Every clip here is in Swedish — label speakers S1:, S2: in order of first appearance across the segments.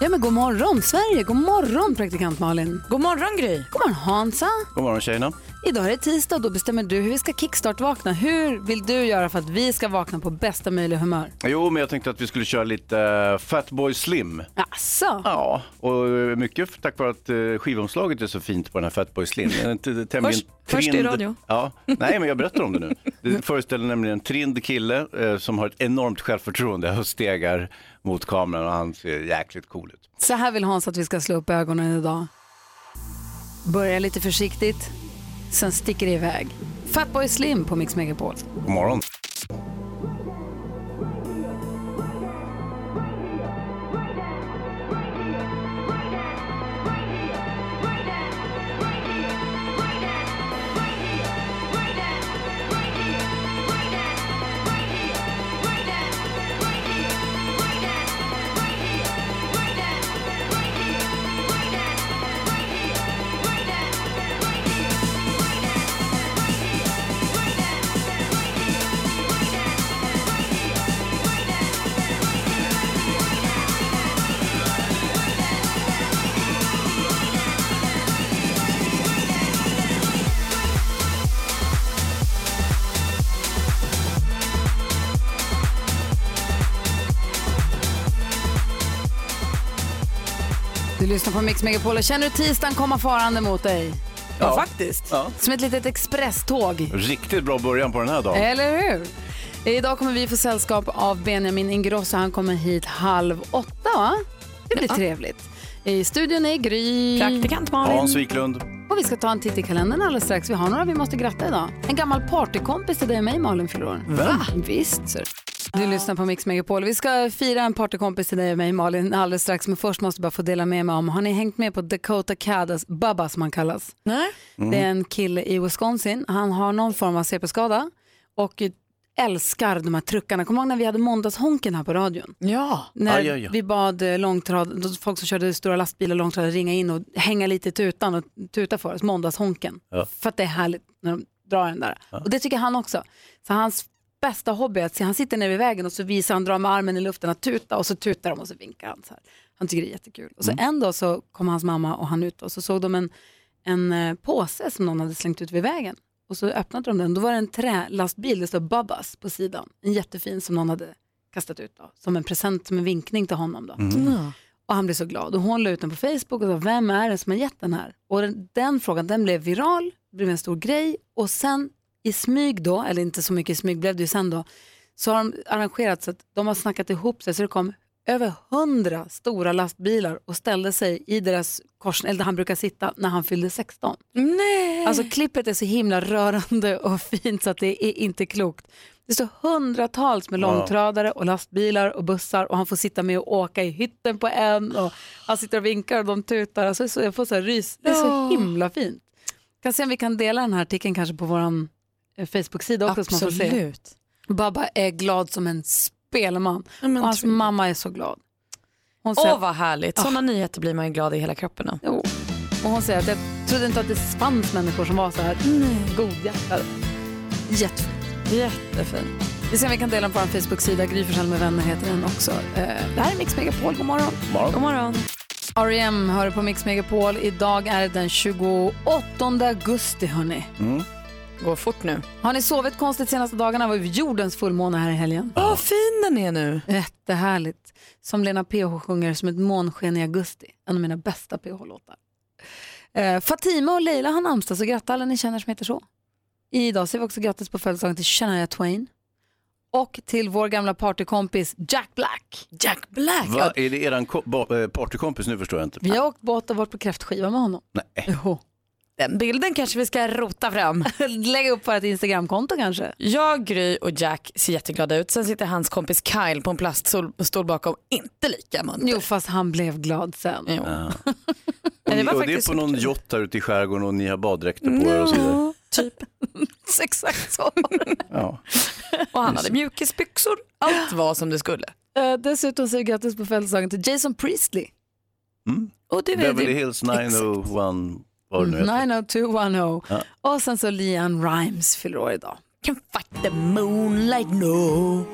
S1: Ja men god morgon Sverige, god morgon praktikant Malin. God morgon Gry. God morgon Hansa.
S2: God morgon tjejerna.
S1: Idag är det tisdag och då bestämmer du hur vi ska kickstart-vakna. Hur vill du göra för att vi ska vakna på bästa möjliga humör?
S2: Jo, men jag tänkte att vi skulle köra lite eh, Fatboy Slim.
S1: Asså?
S2: Ja, och eh, mycket tack vare att eh, skivomslaget är så fint på den här Fatboy Slim. Den är inte- det är tämligen
S3: Först- först i radio. Mm.
S2: Ja, nej, men jag berättar om det nu. Det föreställer nämligen en trind kille eh, som har ett enormt självförtroende och stegar mot kameran och han ser jäkligt cool ut.
S1: Så här vill Hans att vi ska slå upp ögonen idag. Börja lite försiktigt, sen sticker det iväg. Fatboy Slim på Mix Megapol.
S2: God morgon.
S1: Du lyssnar på Mix Megapol och känner du tisdagen komma farande mot dig?
S2: Ja, faktiskt. Ja.
S1: Som ett litet expresståg.
S2: Riktigt bra början på den här dagen.
S1: Eller hur? Idag kommer vi få sällskap av Benjamin Ingrosso. Han kommer hit halv åtta, va? Det blir trevligt. I studion är Gry.
S3: Praktikant
S2: Hans Wiklund.
S1: Och vi ska ta en titt i kalendern alldeles strax. Vi har några vi måste gratta idag. En gammal partykompis till dig och mig, Malin, fyller år. Va? Visst, ser du. Du lyssnar på Mix Megapol. Vi ska fira en partykompis till dig och mig, Malin, alldeles strax. Men först måste jag bara få dela med mig om, har ni hängt med på Dakota Caddas Bubba som han kallas? Mm.
S3: Nej.
S1: Det är en kille i Wisconsin. Han har någon form av CP-skada och älskar de här truckarna. Kommer du ihåg när vi hade måndagshonken här på radion?
S3: Ja.
S1: När
S2: Aj, aj, aj.
S1: vi bad eh, långtrad, då folk som körde stora lastbilar och långtradare ringa in och hänga lite i tutan och tuta för oss, måndagshonken.
S2: Ja.
S1: För att det är härligt när de drar den där. Och det tycker han också. Så hans bästa hobby är att se, han sitter nere vid vägen och så visar han, drar med armen i luften att tuta och så tutar de och så vinkar han så här. Han tycker det är jättekul. Och så
S3: Mm.
S1: en dag så kom hans mamma och han ut och så såg de en, en eh, påse som någon hade slängt ut vid vägen. Och så öppnade de den, då var det en trälastbil, det stod Babbas på sidan. En jättefin som någon hade kastat ut då, som en present, som en vinkning till honom. Då. Och han blev så glad och hon la ut den på Facebook och sa, vem är det som har gett den här? Och den, den frågan, den blev viral, blev en stor grej och sen i smyg då, eller inte så mycket i smyg blev det ju sen då, så har de arrangerat så att de har snackat ihop sig så det kom över hundra stora lastbilar och ställde sig i deras korsning, eller där han brukar sitta när han fyllde 16.
S3: Nej.
S1: Alltså klippet är så himla rörande och fint så att det är inte klokt. Det står hundratals med långtradare och lastbilar och bussar och han får sitta med och åka i hytten på en och han sitter och vinkar och de tutar. Alltså, det är så, jag får så här rys. Det är så
S3: Ja.
S1: himla fint. Kan se om vi kan dela den här artikeln kanske på vår Facebook-sida också så man får se.
S3: Absolut.
S1: Babba är glad som en spelman
S3: Ja, men
S1: och hans
S3: tror-
S1: mamma är så glad. Hon
S3: Åh
S1: säger,
S3: vad härligt. Sådana nyheter blir man ju glad i hela kroppen av.
S1: Jo. Och hon säger att jag trodde inte att det fanns människor som var så här "Mm, godhjärtade. Jättefint.
S3: Jättefint.
S1: Vi ser om vi kan dela den på vår Facebook-sida. Gry Forssell med vänner heter den också. Eh, Det här är Mix Megapol. God morgon.
S3: God morgon.
S1: R.E.M. hör på Mix Megapol. Idag är det den 28 augusti, hörni.
S3: Går fort nu.
S1: Har ni sovit konstigt senaste dagarna? Det var ju jordens fullmåne här i helgen.
S3: Vad fin den är nu.
S1: Jättehärligt. Som Lena PH sjunger som ett månsken i augusti. En av mina bästa PH-låtar. Eh, Fatima och Leila har namnsdag, så gratta alla ni känner som heter så. Idag säger vi också grattis på födelsedagen till Shania Twain. Och till vår gamla partykompis Jack Black.
S3: Jack Black.
S2: Va, är det eran ko- ba- eh, partykompis nu förstår jag inte.
S1: Vi har åkt båt och varit på kräftskiva med honom.
S2: Nej.
S1: Jo.
S3: Den bilden kanske vi ska rota fram.
S1: Lägga upp vårt Instagramkonto kanske.
S3: Jag, Gry och Jack ser jätteglada ut. Sen sitter hans kompis Kyle på en plaststol bakom. Inte lika munter.
S1: Jo, fast han blev glad sen.
S3: Jo.
S2: Och,
S3: det
S2: ni,
S3: var
S2: och det är
S3: faktiskt
S2: på någon
S3: superkul.
S2: yacht här ute i skärgården och ni har baddräkter på er och så vidare.
S3: Typ.
S1: Exakt så.
S2: Ja.
S3: Och han hade mjukisbyxor. Allt var som det skulle.
S1: Eh, dessutom säger vi grattis på födelsedagen till Jason Priestley.
S2: Mm.
S1: Och du, är- typ
S2: Beverly
S1: du,
S2: Hills 901, vad det nu heter.
S1: 90210. Och sen så Leanne Rimes fyller år idag.
S3: Can fight the moonlight no.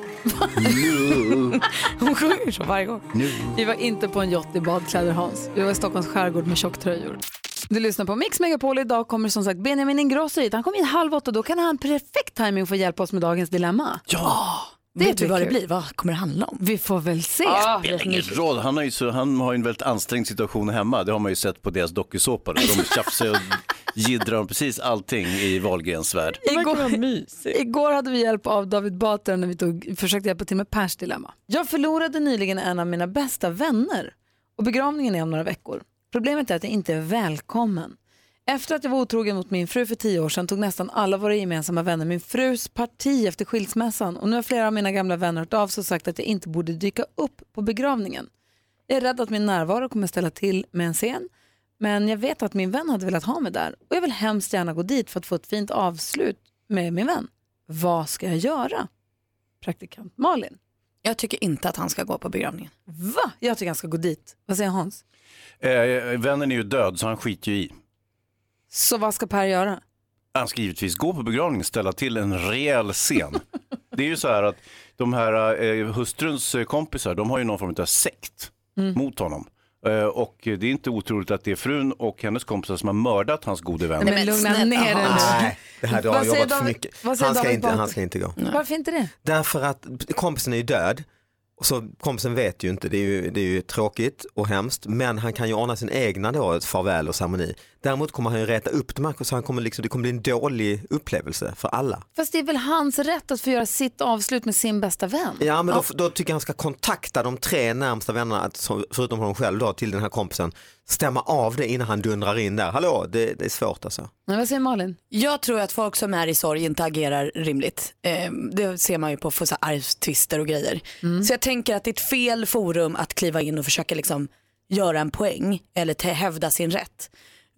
S3: Hon sjunger så varje gång.
S1: Vi var inte på en yacht i badkläder Hans. Vi var i Stockholms skärgård med tjocktröjor. Du lyssnar på Mix Megapol. Idag kommer som sagt Benjamin Ingrosso hit. Han kommer in halv åtta. Då kan han perfekt timing få hjälpa oss med dagens dilemma.
S3: Det Ah. Vet du
S1: blir
S3: vad det
S1: kul.
S3: blir? Vad kommer det handla om?
S1: Vi får väl se.
S2: Ingen roll, han har ju så, han har ju en väldigt ansträngd situation hemma. Det har man ju sett på deras dokusåpa. då. De tjafsar och jiddrar om precis allting i Wahlgrens värld.
S1: Igår, igår hade vi hjälp av David Batra när vi tog, försökte hjälpa till med Pers dilemma. Jag förlorade nyligen en av mina bästa vänner och begravningen är om några veckor. Problemet är att jag inte är välkommen. Efter att jag var otrogen mot min fru för tio år sedan tog nästan alla våra gemensamma vänner min frus parti efter skilsmässan och nu har flera av mina gamla vänner hört av sig och sagt att jag inte borde dyka upp på begravningen. Jag är rädd att min närvaro kommer ställa till med en scen men jag vet att min vän hade velat ha mig där och jag vill hemskt gärna gå dit för att få ett fint avslut med min vän. Vad ska jag göra? Praktikant Malin.
S3: Jag tycker inte att han ska gå på begravningen.
S1: Va? Jag tycker han ska gå dit. Vad säger Hans?
S2: Eh, vännen är ju död så han skiter ju i.
S1: Så vad ska Per göra?
S2: Han ska givetvis gå på begravningen och ställa till en rejäl scen. Det är ju så här att de här eh, hustruns eh, kompisar, de har ju någon form av sekt mot honom. Eh, och det är inte otroligt att det är frun och hennes kompisar som har mördat hans gode vän.
S1: Men lugna ner dig nu.
S4: Nej, det här du
S1: Vad
S4: har
S1: säger
S4: jobbat för
S1: David-
S4: mycket.
S1: vad säger
S4: Han ska,
S1: David
S4: inte,
S1: Batra?
S4: han ska inte gå.
S1: Varför inte det?
S4: Därför att kompisen är ju död. Och Så kompisen vet ju inte, det är ju, det är ju tråkigt och hemskt, men han kan ju ordna sin egna då, ett farväl och ceremoni. Däremot kommer han ju reta upp de här, så han kommer liksom, det kommer bli en dålig upplevelse för alla.
S1: Fast det är väl hans rätt att få göra sitt avslut med sin bästa vän?
S4: Ja men då, då tycker jag han ska kontakta de tre närmsta vännerna, att, som- förutom honom själv då, till den här kompisen. Stämma av det innan han dundrar in där, hallå, det, det är svårt alltså.
S1: Nej, vad säger Malin?
S3: Jag tror att folk som är i sorg inte agerar rimligt. Eh, det ser man ju på för så här arvstvister och grejer. Så jag tänker att det är ett fel forum att kliva in och försöka liksom göra en poäng eller te- hävda sin rätt.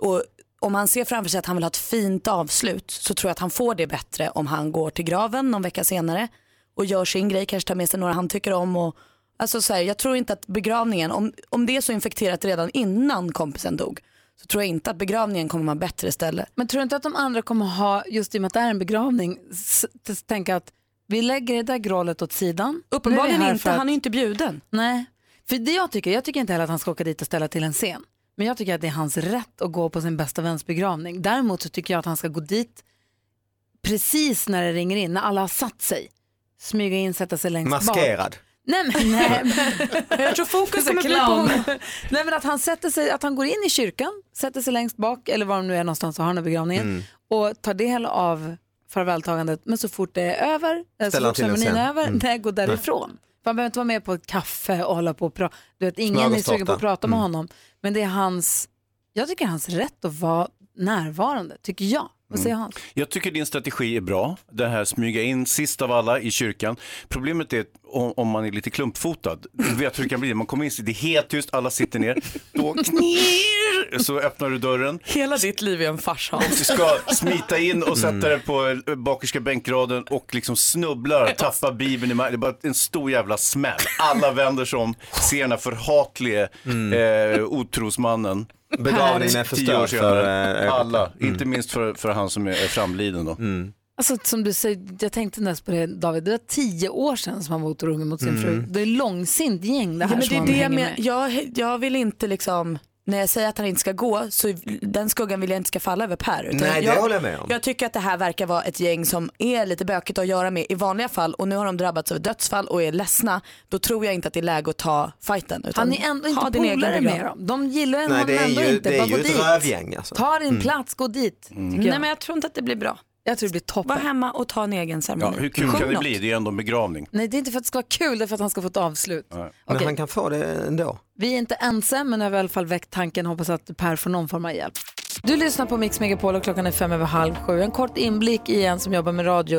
S3: Och om han ser framför sig att han vill ha ett fint avslut så tror jag att han får det bättre om han går till graven någon vecka senare och gör sin grej, kanske tar med sig några han tycker om. Och, alltså så här, jag tror inte att begravningen, om, om det är så infekterat redan innan kompisen dog så tror jag inte att begravningen kommer vara bättre ställe.
S1: Men tror du inte att de andra kommer ha, just i och med att det är en begravning, s- t- tänka att vi lägger det där grålet åt sidan. Nu är vi
S3: Uppenbarligen
S1: här
S3: inte,
S1: för att-
S3: han är inte bjuden.
S1: Nej, för det jag tycker, jag tycker inte heller att han ska åka dit och ställa till en scen. Men jag tycker att det är hans rätt att gå på sin bästa väns begravning. Däremot så tycker jag att han ska gå dit precis när det ringer in, när alla har satt sig. Smyga in, sätta sig längst bak.
S4: Maskerad.
S1: Nej men, nej,
S3: Jag tror fokus
S1: kommer bli på Nej men att han sätter sig, att han går in i kyrkan, sätter sig längst bak eller var de nu är någonstans och har den här begravningen
S4: Mm.
S1: och tar del av farvältagandet. Men så fort det är över, eh, så
S4: Ställer han
S1: fort
S4: till en
S1: ceremonin är
S4: scen.
S1: över,
S4: Mm.
S1: nej, gå därifrån. För han behöver inte vara med på ett kaffe och hålla på och prata. Du vet, ingen är
S4: Smörgåstårta.
S1: sugen på att prata med
S4: Mm.
S1: honom. Men det är hans, jag tycker hans rätt att vara närvarande, tycker jag.
S4: Mm.
S1: Vad säger han?
S2: Jag tycker din strategi är bra, det här smyga in sist av alla i kyrkan. Problemet är att om, om man är lite klumpfotad, du vet hur det kan bli, man kommer in, det är helt tyst, alla sitter ner, då knirr, så öppnar du dörren,
S3: Hela ditt liv är en fars
S2: du ska smita in och
S4: Mm.
S2: sätta dig på eh, bakerska bänkraden och liksom snubblar, tappar bibeln i marken, det är bara en stor jävla smäll. Alla vänder sig om, ser den här förhatlige eh, otrosmannen.
S4: Mm. Begravningen är
S2: Tio år
S4: förstörd för
S2: senare,
S4: eh,
S2: alla, inte minst för, för han som är är framliden då.
S1: Alltså som du säger, jag tänkte nästan på det David, det var tio år sedan som han var otrogen mot sin fru.
S4: Mm.
S1: Det är långsint gäng det
S3: Ja,
S1: här
S3: men
S1: som
S3: det är
S1: han
S3: det
S1: hänger
S3: jag,
S1: med.
S3: men, jag, jag vill inte liksom, när jag säger att han inte ska gå, så den skuggan vill jag inte ska falla över Per. utan
S4: Nej, det
S3: jag,
S4: håller jag med om.
S3: Jag tycker att det här verkar vara ett gäng som är lite bökigt att göra med i vanliga fall och nu har de drabbats av ett dödsfall och är ledsna. Då tror jag inte att det är läge att ta fighten. Utan
S1: Han är ändå
S3: ha
S1: inte
S3: din egen
S1: polare
S3: begravning.
S1: med dem. De gillar ju
S4: Nej
S1: honom
S4: det är
S1: ändå
S4: ju,
S1: inte.
S4: det är
S1: Bara
S4: ju
S1: gå
S4: ett
S1: dit.
S4: rövgäng alltså.
S1: Ta din plats, gå dit. Mm. tycker
S3: Mm. Nej
S1: Jag.
S3: men jag tror inte att det blir bra.
S1: jag tror det blir
S3: Var
S1: toppen.
S3: hemma och ta en egen
S2: Ja,
S3: ceremoni.
S2: hur kul
S3: Sjung
S2: kan det
S3: något.
S2: bli? Det är ändå en begravning.
S1: Nej, det är inte för att det ska vara kul, det är för att han ska få ett avslut.
S4: Men
S1: Okej.
S4: han kan få det ändå.
S1: Vi är inte ensam, men har i alla fall väckt tanken. Hoppas att Per får någon form av hjälp. Du lyssnar på Mix Megapol och klockan är fem över halv sju. En kort inblick i en som jobbar med radio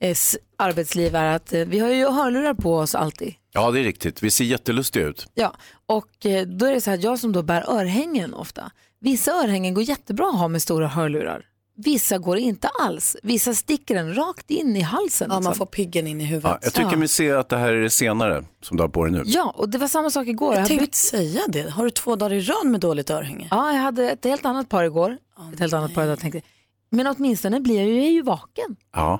S1: eh, s- arbetsliv är att eh, vi har ju hörlurar på oss alltid.
S2: Ja, det är riktigt. Vi ser jättelustiga ut.
S1: Ja, och eh, då är det så här att jag som då bär örhängen ofta Vissa örhängen går jättebra att ha med stora hörlurar. Vissa går inte alls. Vissa sticker den rakt in i halsen.
S3: Ja, man
S1: liksom.
S3: får piggen in i
S2: Ja,
S3: huvudet.
S2: jag tycker vi ser att det här är det senare som du har på dig nu.
S1: ja och det var samma sak igår. Jag,
S3: Jag
S1: har bytt-
S3: tänkte säga det. Har du två dagar i rad med dåligt örhänge?
S1: Ja, jag hade ett helt annat par igår. ett helt annat par idag tänkte jag. Men åtminstone blir jag ju, jag är ju vaken.
S2: Ja.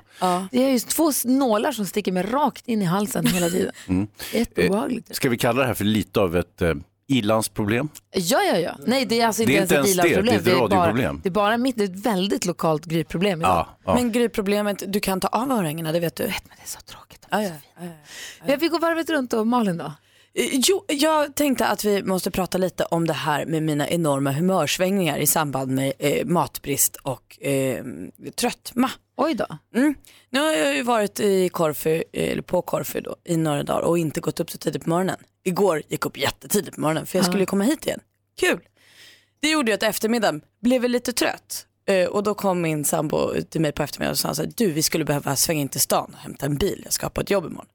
S1: Det är ju två s- nålar som sticker mig rakt in i halsen hela tiden.
S2: Mm.
S1: Jätteobehagligt.
S2: Ska vi kalla det här för lite av ett eh, i-landsproblem?
S1: Ja, ja, ja. Nej, det är alltså inte,
S2: Det är inte
S1: ens ett
S2: ens det,
S1: bilarproblem.
S2: det är ett
S1: bara,
S2: radioproblem.
S1: det är bara mitt, det är ett väldigt lokalt gryproblem idag.
S2: Ja. ja.
S3: Men gryproblemet, du kan ta av örhängena, det vet du.
S1: Men det är så tråkigt.
S3: Ja, ja, ja.
S1: Jag fick gå varvet runt och Malin då?
S3: Eh, Jo, jag tänkte att vi måste prata lite om det här med mina enorma humörsvängningar i samband med eh, matbrist och eh, tröttma.
S1: Oj då.
S3: Mm. Nu har jag ju varit i Korfu, eller på Korfu då, i några dagar och inte gått upp så tidigt på morgonen. Igår gick jag upp jättetidigt på morgonen för jag skulle ju komma hit igen. Kul! Det gjorde ju att eftermiddagen blev jag lite trött. Eh, Och då kom min sambo till mig på eftermiddagen och sa så här, du vi skulle behöva svänga in till stan och hämta en bil, jag ska ha på ett jobb imorgon.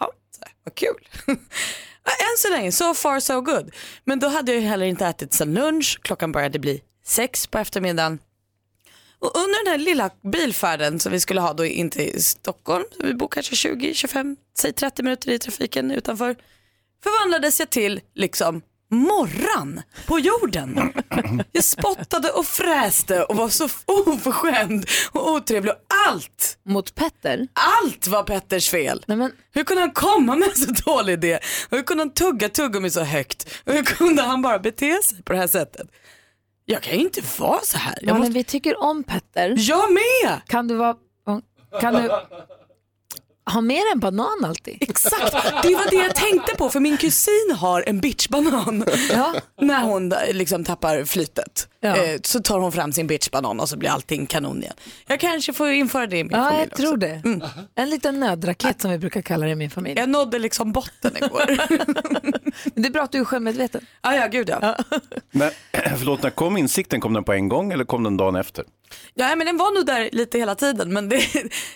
S3: Jaha, så här, vad kul. Ja, Än så länge, so far so good. Men då hade jag ju heller inte ätit sen lunch, klockan började bli sex på eftermiddagen. Och under den här lilla bilfärden som vi skulle ha då in till Stockholm, så vi bor kanske 20, 25, säg 30 minuter i trafiken utanför, förvandlades jag till liksom morran på jorden. Jag spottade och fräste och var så oförskämd och otrevlig. Och Allt,
S1: Mot Petter?
S3: allt var Petters fel.
S1: Nej men,
S3: Hur kunde han komma med en så dålig idé? Och Hur kunde han tugga tuggummi så högt? Och Hur kunde han bara bete sig på det här sättet? Jag kan ju inte vara så här. Jag,
S1: Malin,
S3: måste...
S1: vi tycker om Petter.
S3: jag med!
S1: Kan du vara... Kan du ha med dig en banan alltid?
S3: Exakt, det var det jag tänkte på för min kusin har en bitchbanan.
S1: Ja.
S3: När hon eh, liksom tappar flytet
S1: Ja.
S3: eh, så tar hon fram sin bitchbanan och så blir allting kanon igen. Jag kanske får införa det i min
S1: Ja,
S3: familj
S1: jag tror
S3: också.
S1: det.
S2: Mm.
S1: En liten nödraket som vi brukar kalla det i min familj.
S3: Jag nådde liksom botten igår.
S1: Men det är bra att du är självmedveten.
S3: ah, ja, gud ja.
S2: Men, förlåt, när kom insikten? Kom den på en gång eller kom den dagen efter?
S3: Ja men den var nog där lite hela tiden men det,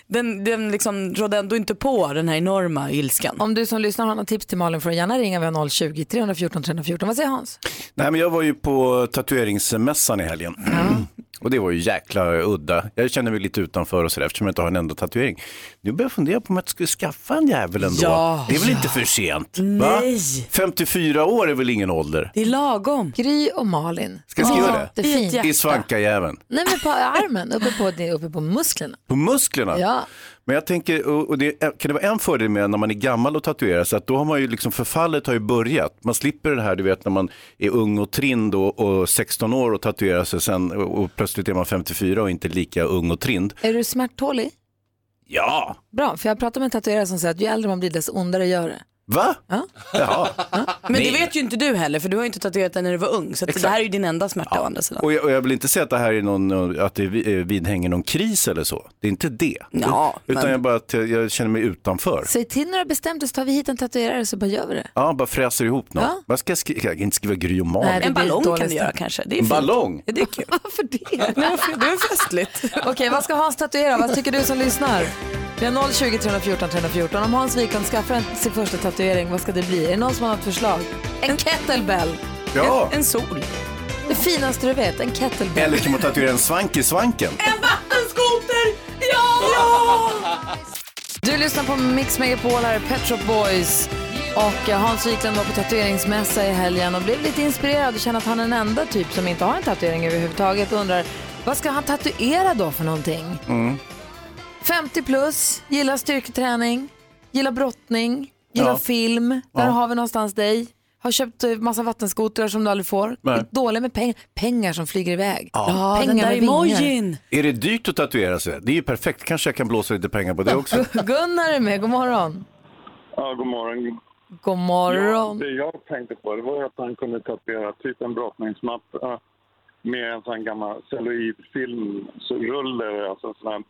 S3: den, den liksom rådde ändå inte på den här enorma ilskan.
S1: Om du som lyssnar har några tips till Malin får du gärna ringa via 020-314 314. Vad säger Hans?
S2: Nej, men jag var ju på tatueringsmässan i helgen. Och det var ju jäkla udda. Jag känner mig lite utanför och sådär eftersom jag inte har en enda tatuering. Nu börjar jag fundera på om jag inte skulle skaffa en jävel ändå.
S3: Ja.
S2: det är väl inte för sent? Va?
S3: Nej.
S2: 54 år är väl ingen ålder?
S3: Det är lagom.
S1: Gry och Malin.
S2: Ska jag skriva det?
S1: Jättefint.
S3: I ett
S2: I svankajäveln.
S1: Nej men på armen, uppe på, det, uppe på musklerna.
S2: På musklerna?
S1: Ja.
S2: Men jag tänker, och och det, eh, kan det vara en fördel med när man är gammal och tatuerar sig, att då har man ju liksom, förfallet har ju börjat. Man slipper det här, du vet när man är ung och trind och, och 16 år och tatuerar sig sen och, och plötsligt är man 54 och inte lika ung och trind.
S1: Är du smärttålig?
S2: Ja,
S1: Bra, för jag pratar med en tatuerare som säger att ju äldre man blir desto ondare gör det.
S2: va?
S1: Ja.
S2: Jaha.
S3: Men det vet ju inte du heller för du har ju inte tatuerat dig när du var ung så att det här är ju din enda smärta å andra sidan.
S2: Och jag, och jag vill inte säga att det här är någon, att det vi- eh, vidhänger någon kris eller så. Det är inte det.
S3: Ja,
S2: Utan
S3: men-
S2: jag bara att jag känner mig utanför.
S1: Säg till när du har bestämt dig så tar vi hit en tatuerare så bara gör vi det.
S2: Ja, bara fräser ihop något.
S1: Ja.
S2: Vad ska jag skriva? Jag kan inte skriva Gry och Malin.
S1: Nej, det
S3: En
S1: blir
S3: ballong
S1: dålig
S3: kan du göra
S1: stämning.
S3: kanske. Det är fint.
S2: Ballong?
S3: Ja, Det är kul.
S1: Varför det?
S3: Det är festligt.
S1: Okej, vad ska Hans tatuera? Vad tycker du som lyssnar? Vi har 020 314 314. Om Hans Wiklund skaffar en, sin första tatuering, vad ska det bli? Är det någon som har något förslag? En kettlebell.
S2: Ja.
S3: En sol.
S1: Det finaste du vet, en kettlebell.
S2: Eller kan man tatuera en svank i svanken?
S3: Vattenskoter! Ja! ja!
S1: Du lyssnar på Mix Megapol, här är Pet Shop Boys. Och eh, Hans Wiklund var på tatueringsmässa i helgen och blev lite inspirerad och känner att han är den enda typ som inte har en tatuering överhuvudtaget och undrar vad ska han tatuera då för någonting?
S2: Mm.
S1: 50 plus, gillar styrketräning, gillar brottning, gillar
S2: Ja.
S1: film. Där
S2: Ja.
S1: har vi någonstans dig. Har köpt eh, massa vattenskotrar som du aldrig får.
S2: Nej.
S1: Är dålig med pengar. Pengar som flyger iväg.
S3: Ja, den där
S1: med vingar.
S3: emojin.
S2: Är det dyrt att tatuera sig? Det är ju perfekt. Kanske jag kan blåsa lite pengar på det också.
S1: Gunnar är med, god morgon.
S5: Ja, god morgon.
S1: God morgon.
S5: Det jag tänkte på det var att han kunde tatuera typ en brottningsmatta med en sån gammal celluloidfilm, så ruller, alltså en sån här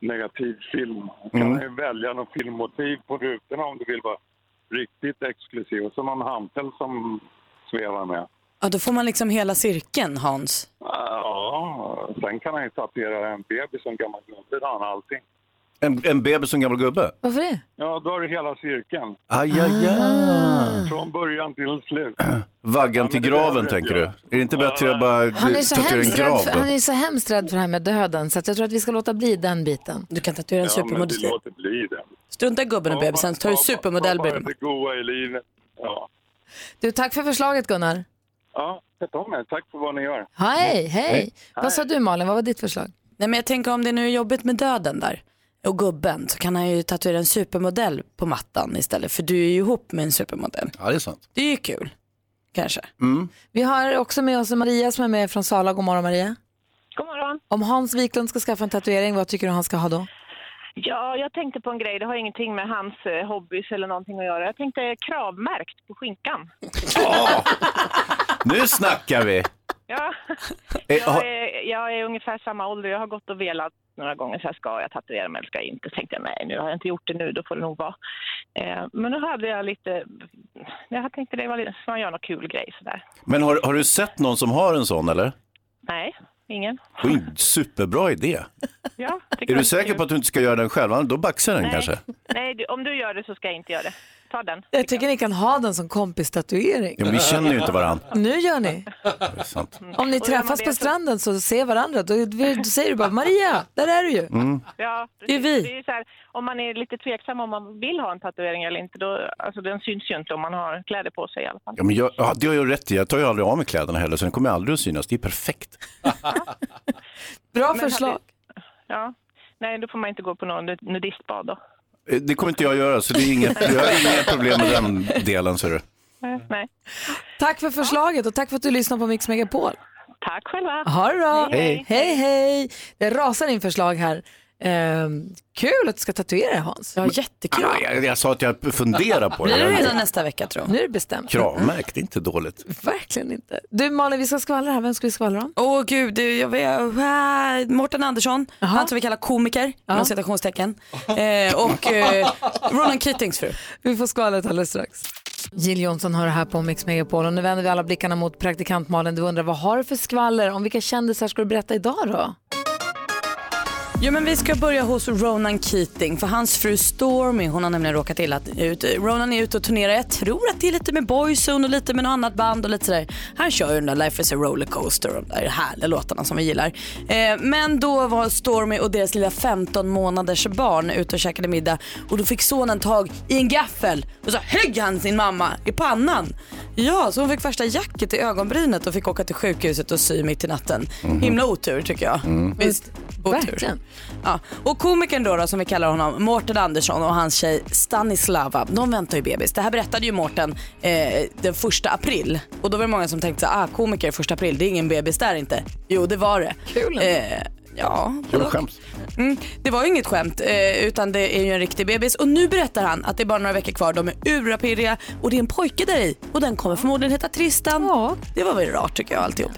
S5: negativ film. Kan
S2: Mm.
S5: man ju välja något filmmotiv på rutorna om du vill vara riktigt exklusiv. Och så någon hantel som svävar med. Eh,
S3: Ja, då får man liksom hela cirkeln Hans.
S5: Ja, sen kan han ju tatuera en bebis som gammal gubbe, då har han allting.
S2: En, en bebis och en gammal gubbe?
S1: Varför det?
S5: Ja, då har du hela cirkeln.
S2: Aj, aj, aj.
S5: Från början till slut.
S2: Vaggan
S5: men
S2: till
S5: det behöver
S2: graven
S5: jag
S2: tänker du?
S5: göra.
S2: Är det inte bättre att bara
S1: Han är, så
S2: tatuera en
S1: hemskt rädd
S2: grav
S1: för,
S2: då?
S1: han är så hemskt rädd för det här med döden så att jag tror att vi ska låta bli den biten.
S3: Du kan tatuera en
S5: Ja, men det
S3: supermodell.
S5: låter bli det.
S3: Strunta i gubben och bebisen, så tar du supermodell
S5: bredvid
S3: bredvid.
S5: det goa i livet. Ja.
S1: Du, tack för förslaget Gunnar.
S5: Ja, sköt om er. Tack för vad ni gör.
S1: Hej, hej. Vad sa du Malin, vad var ditt förslag?
S3: Nej men jag tänker om det nu är jobbigt med döden där och gubben så kan han ju tatuera en supermodell på mattan istället för du är ju ihop med en supermodell.
S2: Ja, det är sant.
S3: Det är ju kul, kanske.
S1: Vi har också med oss Maria som är med från Sala. God morgon Maria.
S6: God morgon.
S1: Om Hans Wiklund ska skaffa en tatuering, vad tycker du han ska ha då?
S6: Ja, jag tänkte på en grej. Det har ingenting med hans eh, hobbys eller någonting att göra. Jag tänkte kravmärkt på skinkan.
S2: Nu snackar vi!
S6: Ja.
S2: Eh, ha-
S6: Jag, är, jag är ungefär samma ålder. Jag har gått och velat några gånger. Så här, ska jag tatuera mig eller ska jag inte? Tänkte jag, nej, nu har jag inte gjort det nu. Då får det nog vara. Eh, men då hade jag lite... Jag tänkte det var lite... Man gör någon kul grej sådär.
S2: Men har, har du sett någon som har en sån eller?
S6: Nej, ingen.
S2: Det är en superbra idé.
S6: Ja, det
S2: Är
S6: kan
S2: du
S6: vara
S2: säker
S6: kul.
S2: på att du inte ska göra den själv? Annars- Då baxar den
S6: Nej.
S2: kanske.
S6: Nej, du, om du gör det så ska jag inte göra det. Ta den.
S1: Jag tycker ni kan ha den som kompistatuering.
S2: Ja, men vi känner ju inte varandra.
S1: Nu gör ni.
S2: Det är sant.
S1: Om ni
S6: Och gör man
S1: träffas
S6: det
S1: på
S6: så-
S1: stranden så ser varandra, då, då säger du bara Maria, där är du ju.
S2: Mm.
S6: Ja,
S1: är
S6: precis.
S1: vi.
S6: Det är ju så här, om man är lite tveksam om man vill ha en tatuering eller inte, då, alltså, den syns ju inte om man har kläder på sig i alla fall.
S2: Ja, men jag, ja, det har jag rätt i. Jag tar ju aldrig av mig kläderna heller, så den kommer aldrig att synas. Det är perfekt.
S1: Bra
S6: hade-
S1: förslag.
S6: Ja. Nej, då får man inte gå på någon nudistbad då.
S2: Eh, Det kommer inte jag göra, så det är inget, jag har inga problem med den delen. Så är det.
S6: Nej,
S5: Mm.
S6: Nej.
S1: Tack för förslaget och tack för att du lyssnar på Mix Megapol.
S6: Tack själva!
S1: Ha det bra.
S6: Hej.
S1: hej. hej. Det rasar in förslag här. Ehm, kul att du ska tatuera dig, Hans.
S3: Ja, jättekul.
S2: Ah, jag, jag sa att jag funderar på
S3: Blir
S2: det.
S3: det
S2: men-
S3: redan nästa vecka tror jag.
S1: Nu är det bestämt.
S2: Kravmärkt, det är inte dåligt.
S1: Verkligen inte. Du Malin, vi ska skvallra här. Vem ska vi skvallra om?
S3: Åh gud, det- jag vet, äh, Mårten Andersson, han som vi kallar komiker, inom citationstecken. Eh, och eh, Ronan Keatings fru.
S1: Vi får skvallret alldeles strax. Jill Johnson har det här på Mix Megapol och nu vänder vi alla blickarna mot praktikant Malin. Du undrar vad har du för skvaller? Om vilka kändisar ska du berätta idag då?
S3: Jo men vi ska börja hos Ronan Keating för hans fru Stormy hon har nämligen råkat illa ut. Ronan är ute och turnerar, jag tror att det är lite med Boyzone och lite med något annat band och lite sådär. Han kör ju den där Life is a rollercoaster och de där härliga låtarna som vi gillar. Eh, men då var Stormy och deras lilla 15 månaders barn ute och käkade middag och då fick sonen tag i en gaffel och så högg han sin mamma i pannan. Ja, så hon fick värsta jacket i ögonbrynet och fick åka till sjukhuset och sy mitt i natten. Himla otur tycker jag. Visst? Otur.
S1: Verkligen.
S3: Ja. Och komikern då, då som vi kallar honom, Mårten Andersson och hans tjej Stanislava, de väntar ju bebis. Det här berättade ju Mårten eh, den första april och då var det många som tänkte så här, ah komiker första april, det är ingen bebis där inte. Jo det var det.
S1: Kul ändå.
S3: Eh, ja,
S2: Kul skämt.
S3: Mm, det var ju inget skämt eh, utan det är ju en riktig bebis och nu berättar han att det är bara några veckor kvar, de är urapirriga och det är en pojke där i och den kommer förmodligen heta Tristan.
S1: Ja.
S3: Det var väl rart tycker jag alltihop.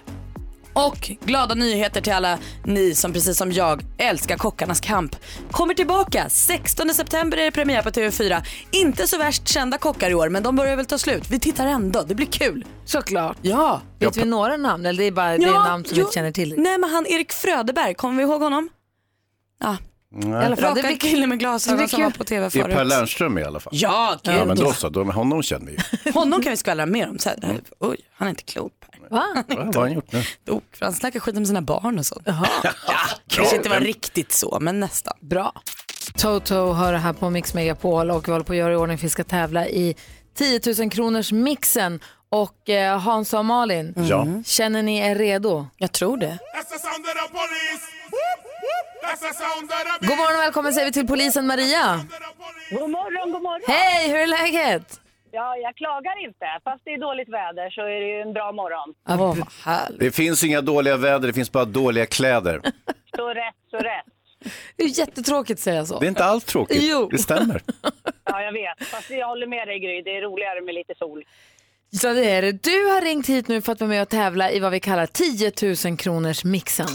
S3: Och glada nyheter till alla ni som precis som jag älskar Kockarnas kamp. Kommer tillbaka! 16 september är det premiär på TV4. Inte så värst kända kockar i år men de börjar väl ta slut. Vi tittar ändå, det blir kul.
S1: Såklart.
S3: Ja!
S1: Vet vi några namn eller det är bara det är namn som vi inte känner till?
S3: Nej men han Erik Fröderberg, kommer vi ihåg honom? Ja,
S1: I alla fall, det
S3: raka
S1: blir kul.
S3: killen med
S1: det
S3: glasögon
S1: blir
S3: som var
S1: kul.
S3: på TV
S2: Det är Per
S3: förut.
S2: Lernström i alla fall.
S3: Ja, gud.
S2: Ja, men då så, då, honom känner vi ju.
S3: Honom kan vi skvallra mer om
S2: Mm.
S3: sen. Oj, han är inte klok Per.
S1: Va?
S2: Vad har han gjort nu?
S3: Oh, för han snackar skit om sina barn och sånt.
S1: Jaha.
S3: Kanske inte var riktigt så, men nästan.
S1: Bra. Toto hör det här på Mix Megapol och vi håller på att göra i ordning för vi ska tävla i 10 000 kronors mixen. Och eh, Hans och Malin,
S2: Mm. Ja.
S1: känner ni er redo?
S3: Jag tror det.
S1: God morgon och välkommen säger vi till polisen Maria.
S6: God morgon, god morgon!
S1: Hej, hur är läget?
S6: Ja, jag klagar inte. Fast det är dåligt väder så är det ju en bra morgon.
S1: Ja,
S3: Åh, vad härligt.
S2: Det finns inga dåliga väder, det finns bara dåliga kläder.
S6: Så rätt, så rätt.
S1: Det är jättetråkigt att säga så.
S2: Det är inte allt tråkigt.
S1: Jo.
S2: Det stämmer.
S6: Ja, jag vet. Fast jag håller med dig Gry, det är roligare med lite sol.
S1: Så det är det. Du har ringt hit nu för att vara med och tävla i vad vi kallar 10 000 kronors mixen.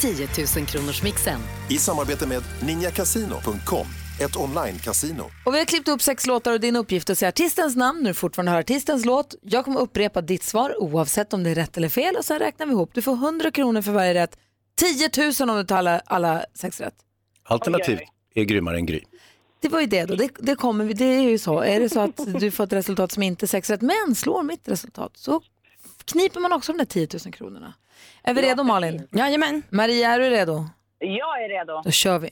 S7: 10 000 kronors mixen.
S8: I samarbete med ninjakasino.com, ett online-casino.
S1: Och vi har klippt upp sex låtar och din uppgift är att säga artistens namn när du fortfarande hör artistens låt. Jag kommer upprepa ditt svar oavsett om det är rätt eller fel och sen räknar vi ihop. Du får 100 kronor för varje rätt. 10 000 om du tar alla, alla sex rätt.
S2: Alternativt är grymmare än Gry.
S1: Det var ju det då. Det, det, kommer vi, det är ju så. Är det så att du får ett resultat som inte är sex rätt men slår mitt resultat så kniper man också de där 10 000 kronorna. Är vi redo Malin?
S3: Jajamän.
S1: Maria, är du redo?
S6: Jag är redo.
S1: Då kör vi.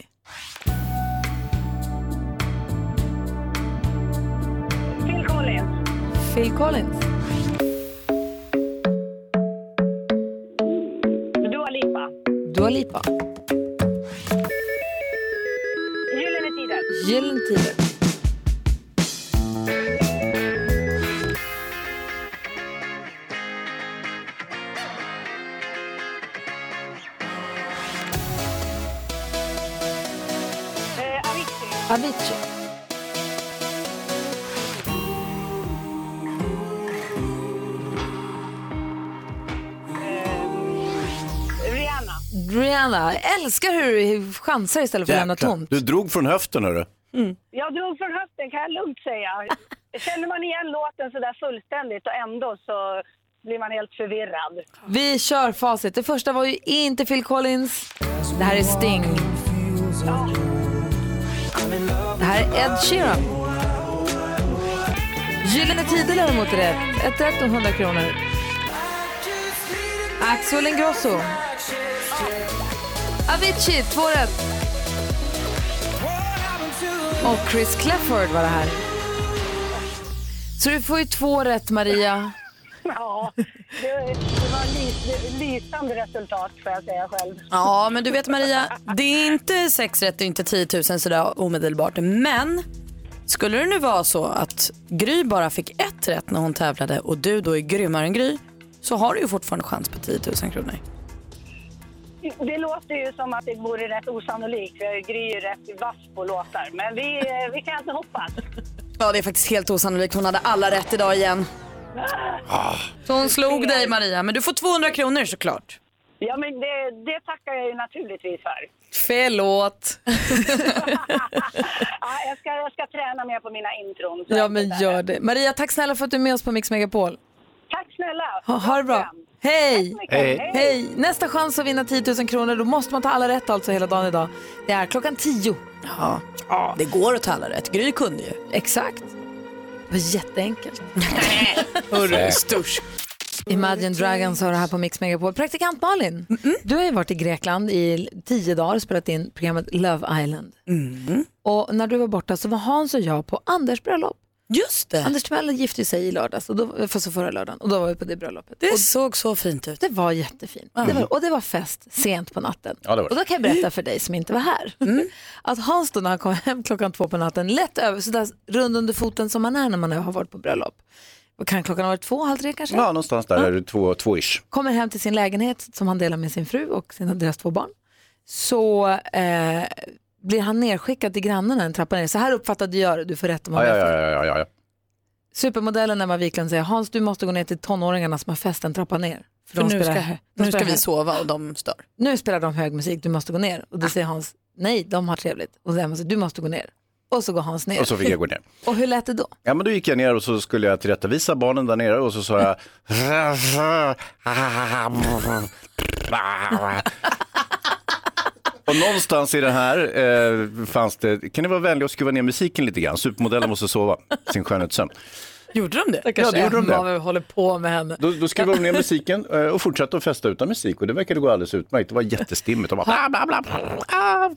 S6: Phil Collins.
S1: Phil Collins.
S6: Dua Lipa.
S1: Dua Lipa.
S6: Gyllene Tider.
S1: Gyllene Tider.
S6: Eh, Avicii.
S1: Avicii.
S6: Rihanna.
S1: Rihanna. Jag älskar hur du chansar istället för att lämna tomt.
S2: Du drog från höften hörru.
S6: Jag drog från höften kan jag lugnt säga. Känner man igen låten så där fullständigt och ändå så blir man helt förvirrad.
S1: Vi kör facit. Det första var ju inte Phil Collins. Det här är Sting. Det här är Ed Sheeran. Gyllene Tider däremot är rätt. Ett rätt och 100 kronor. Axel Ingrosso. Avicii, två rätt. Och Chris Clefford var det här. Så du får ju två rätt, Maria.
S6: Ja, det, det var lys, lysande resultat får jag säga själv.
S3: Ja, men du vet Maria, det är inte sex rätt och inte 10 000 sådär omedelbart. Men skulle det nu vara så att Gry bara fick ett rätt när hon tävlade och du då är grymmare än Gry så har du ju fortfarande chans på 10 000 kronor.
S6: Det låter ju som att det vore rätt osannolikt. för Gry är ju rätt vass på låtar. Men vi, eh, vi kan inte hoppas.
S3: Ja, det är faktiskt helt osannolikt. Hon hade alla rätt idag igen. Så hon slog dig Maria, men du får 200 kronor såklart.
S6: Ja, men det, det tackar jag ju naturligtvis för.
S1: Förlåt.
S6: Ja, jag, ska, jag ska träna mer på mina intron. så
S1: Ja,
S6: att
S1: men
S6: där-
S1: gör det. Maria, tack snälla för att du är med oss på Mix Megapol.
S6: Tack snälla.
S1: Ha, ha det bra. Hej!
S6: mycket. Hej.
S1: Hej! Nästa chans att vinna 10 000 kronor, då måste man ta alla rätt alltså hela dagen idag. Det är klockan 10.
S3: Ja, det går att ta alla rätt. Gry kunde ju.
S1: Exakt. Det var jätteenkelt.
S3: Hörru, störst.
S1: Imagine Dragons har det här på Mix Megapol. Praktikant Malin, du har ju varit i Grekland i tio dagar och spelat in programmet Love Island. Mm. Och när du var borta så var Hans och jag på Anders bröllop.
S3: Just det.
S1: Anders Timell gifte sig i lördags, och då, för så förra lördagen, och då var vi på det bröllopet.
S3: Det såg så fint ut.
S1: Det var jättefint. Det var, och det var fest sent på natten.
S3: Ja, det var det. Mm.
S1: Och då kan jag berätta för dig som inte var här. Att Hans då när han kom hem klockan två på natten, lätt över, sådär rund under foten som man är när man har varit på bröllop. Och kan klockan ha varit två, halv tre kanske?
S2: Ja, någonstans där är det två, två ish.
S1: kommer hem till sin lägenhet som han delar med sin fru och sina, deras två barn. Så eh, blir han nerskickad till grannarna en trappa ner. Så här uppfattade jag det, du får rätta mig
S2: Ja,
S1: om
S2: ja,
S1: jag har fel.
S2: ja, ja, ja, ja.
S1: Supermodellen Emma Wiklund säger Hans du måste gå ner till tonåringarna som har fest en trappa ner.
S3: För
S1: de
S3: nu
S1: spelar
S3: ska,
S1: hö- de
S3: nu
S1: spelar
S3: ska vi
S1: hö-
S3: sova och de stör.
S1: Nu spelar de hög musik, du måste gå ner. Och då säger Hans nej, de har trevligt. Och Emma säger du måste gå ner. Och så går Hans ner.
S2: Och så fick jag gå ner.
S1: och hur lät det då?
S2: Ja, men då gick jag ner och så skulle jag tillrättavisa barnen där nere och så sa jag... Och någonstans i den här eh, fanns det, kan ni vara vänliga och skruva ner musiken lite grann? Supermodellen måste sova sin skönhetssömn.
S3: Gjorde de det?
S1: Stackars
S2: Ja, det gjorde de
S1: Emma,
S2: det.
S1: vad vi håller på med henne.
S2: Då, då skruvade de ner musiken eh, och fortsatte att festa utan musik och det verkade gå alldeles utmärkt. Det var jättestimmigt. De bara, bla, bla,
S3: Liksom,
S2: bla.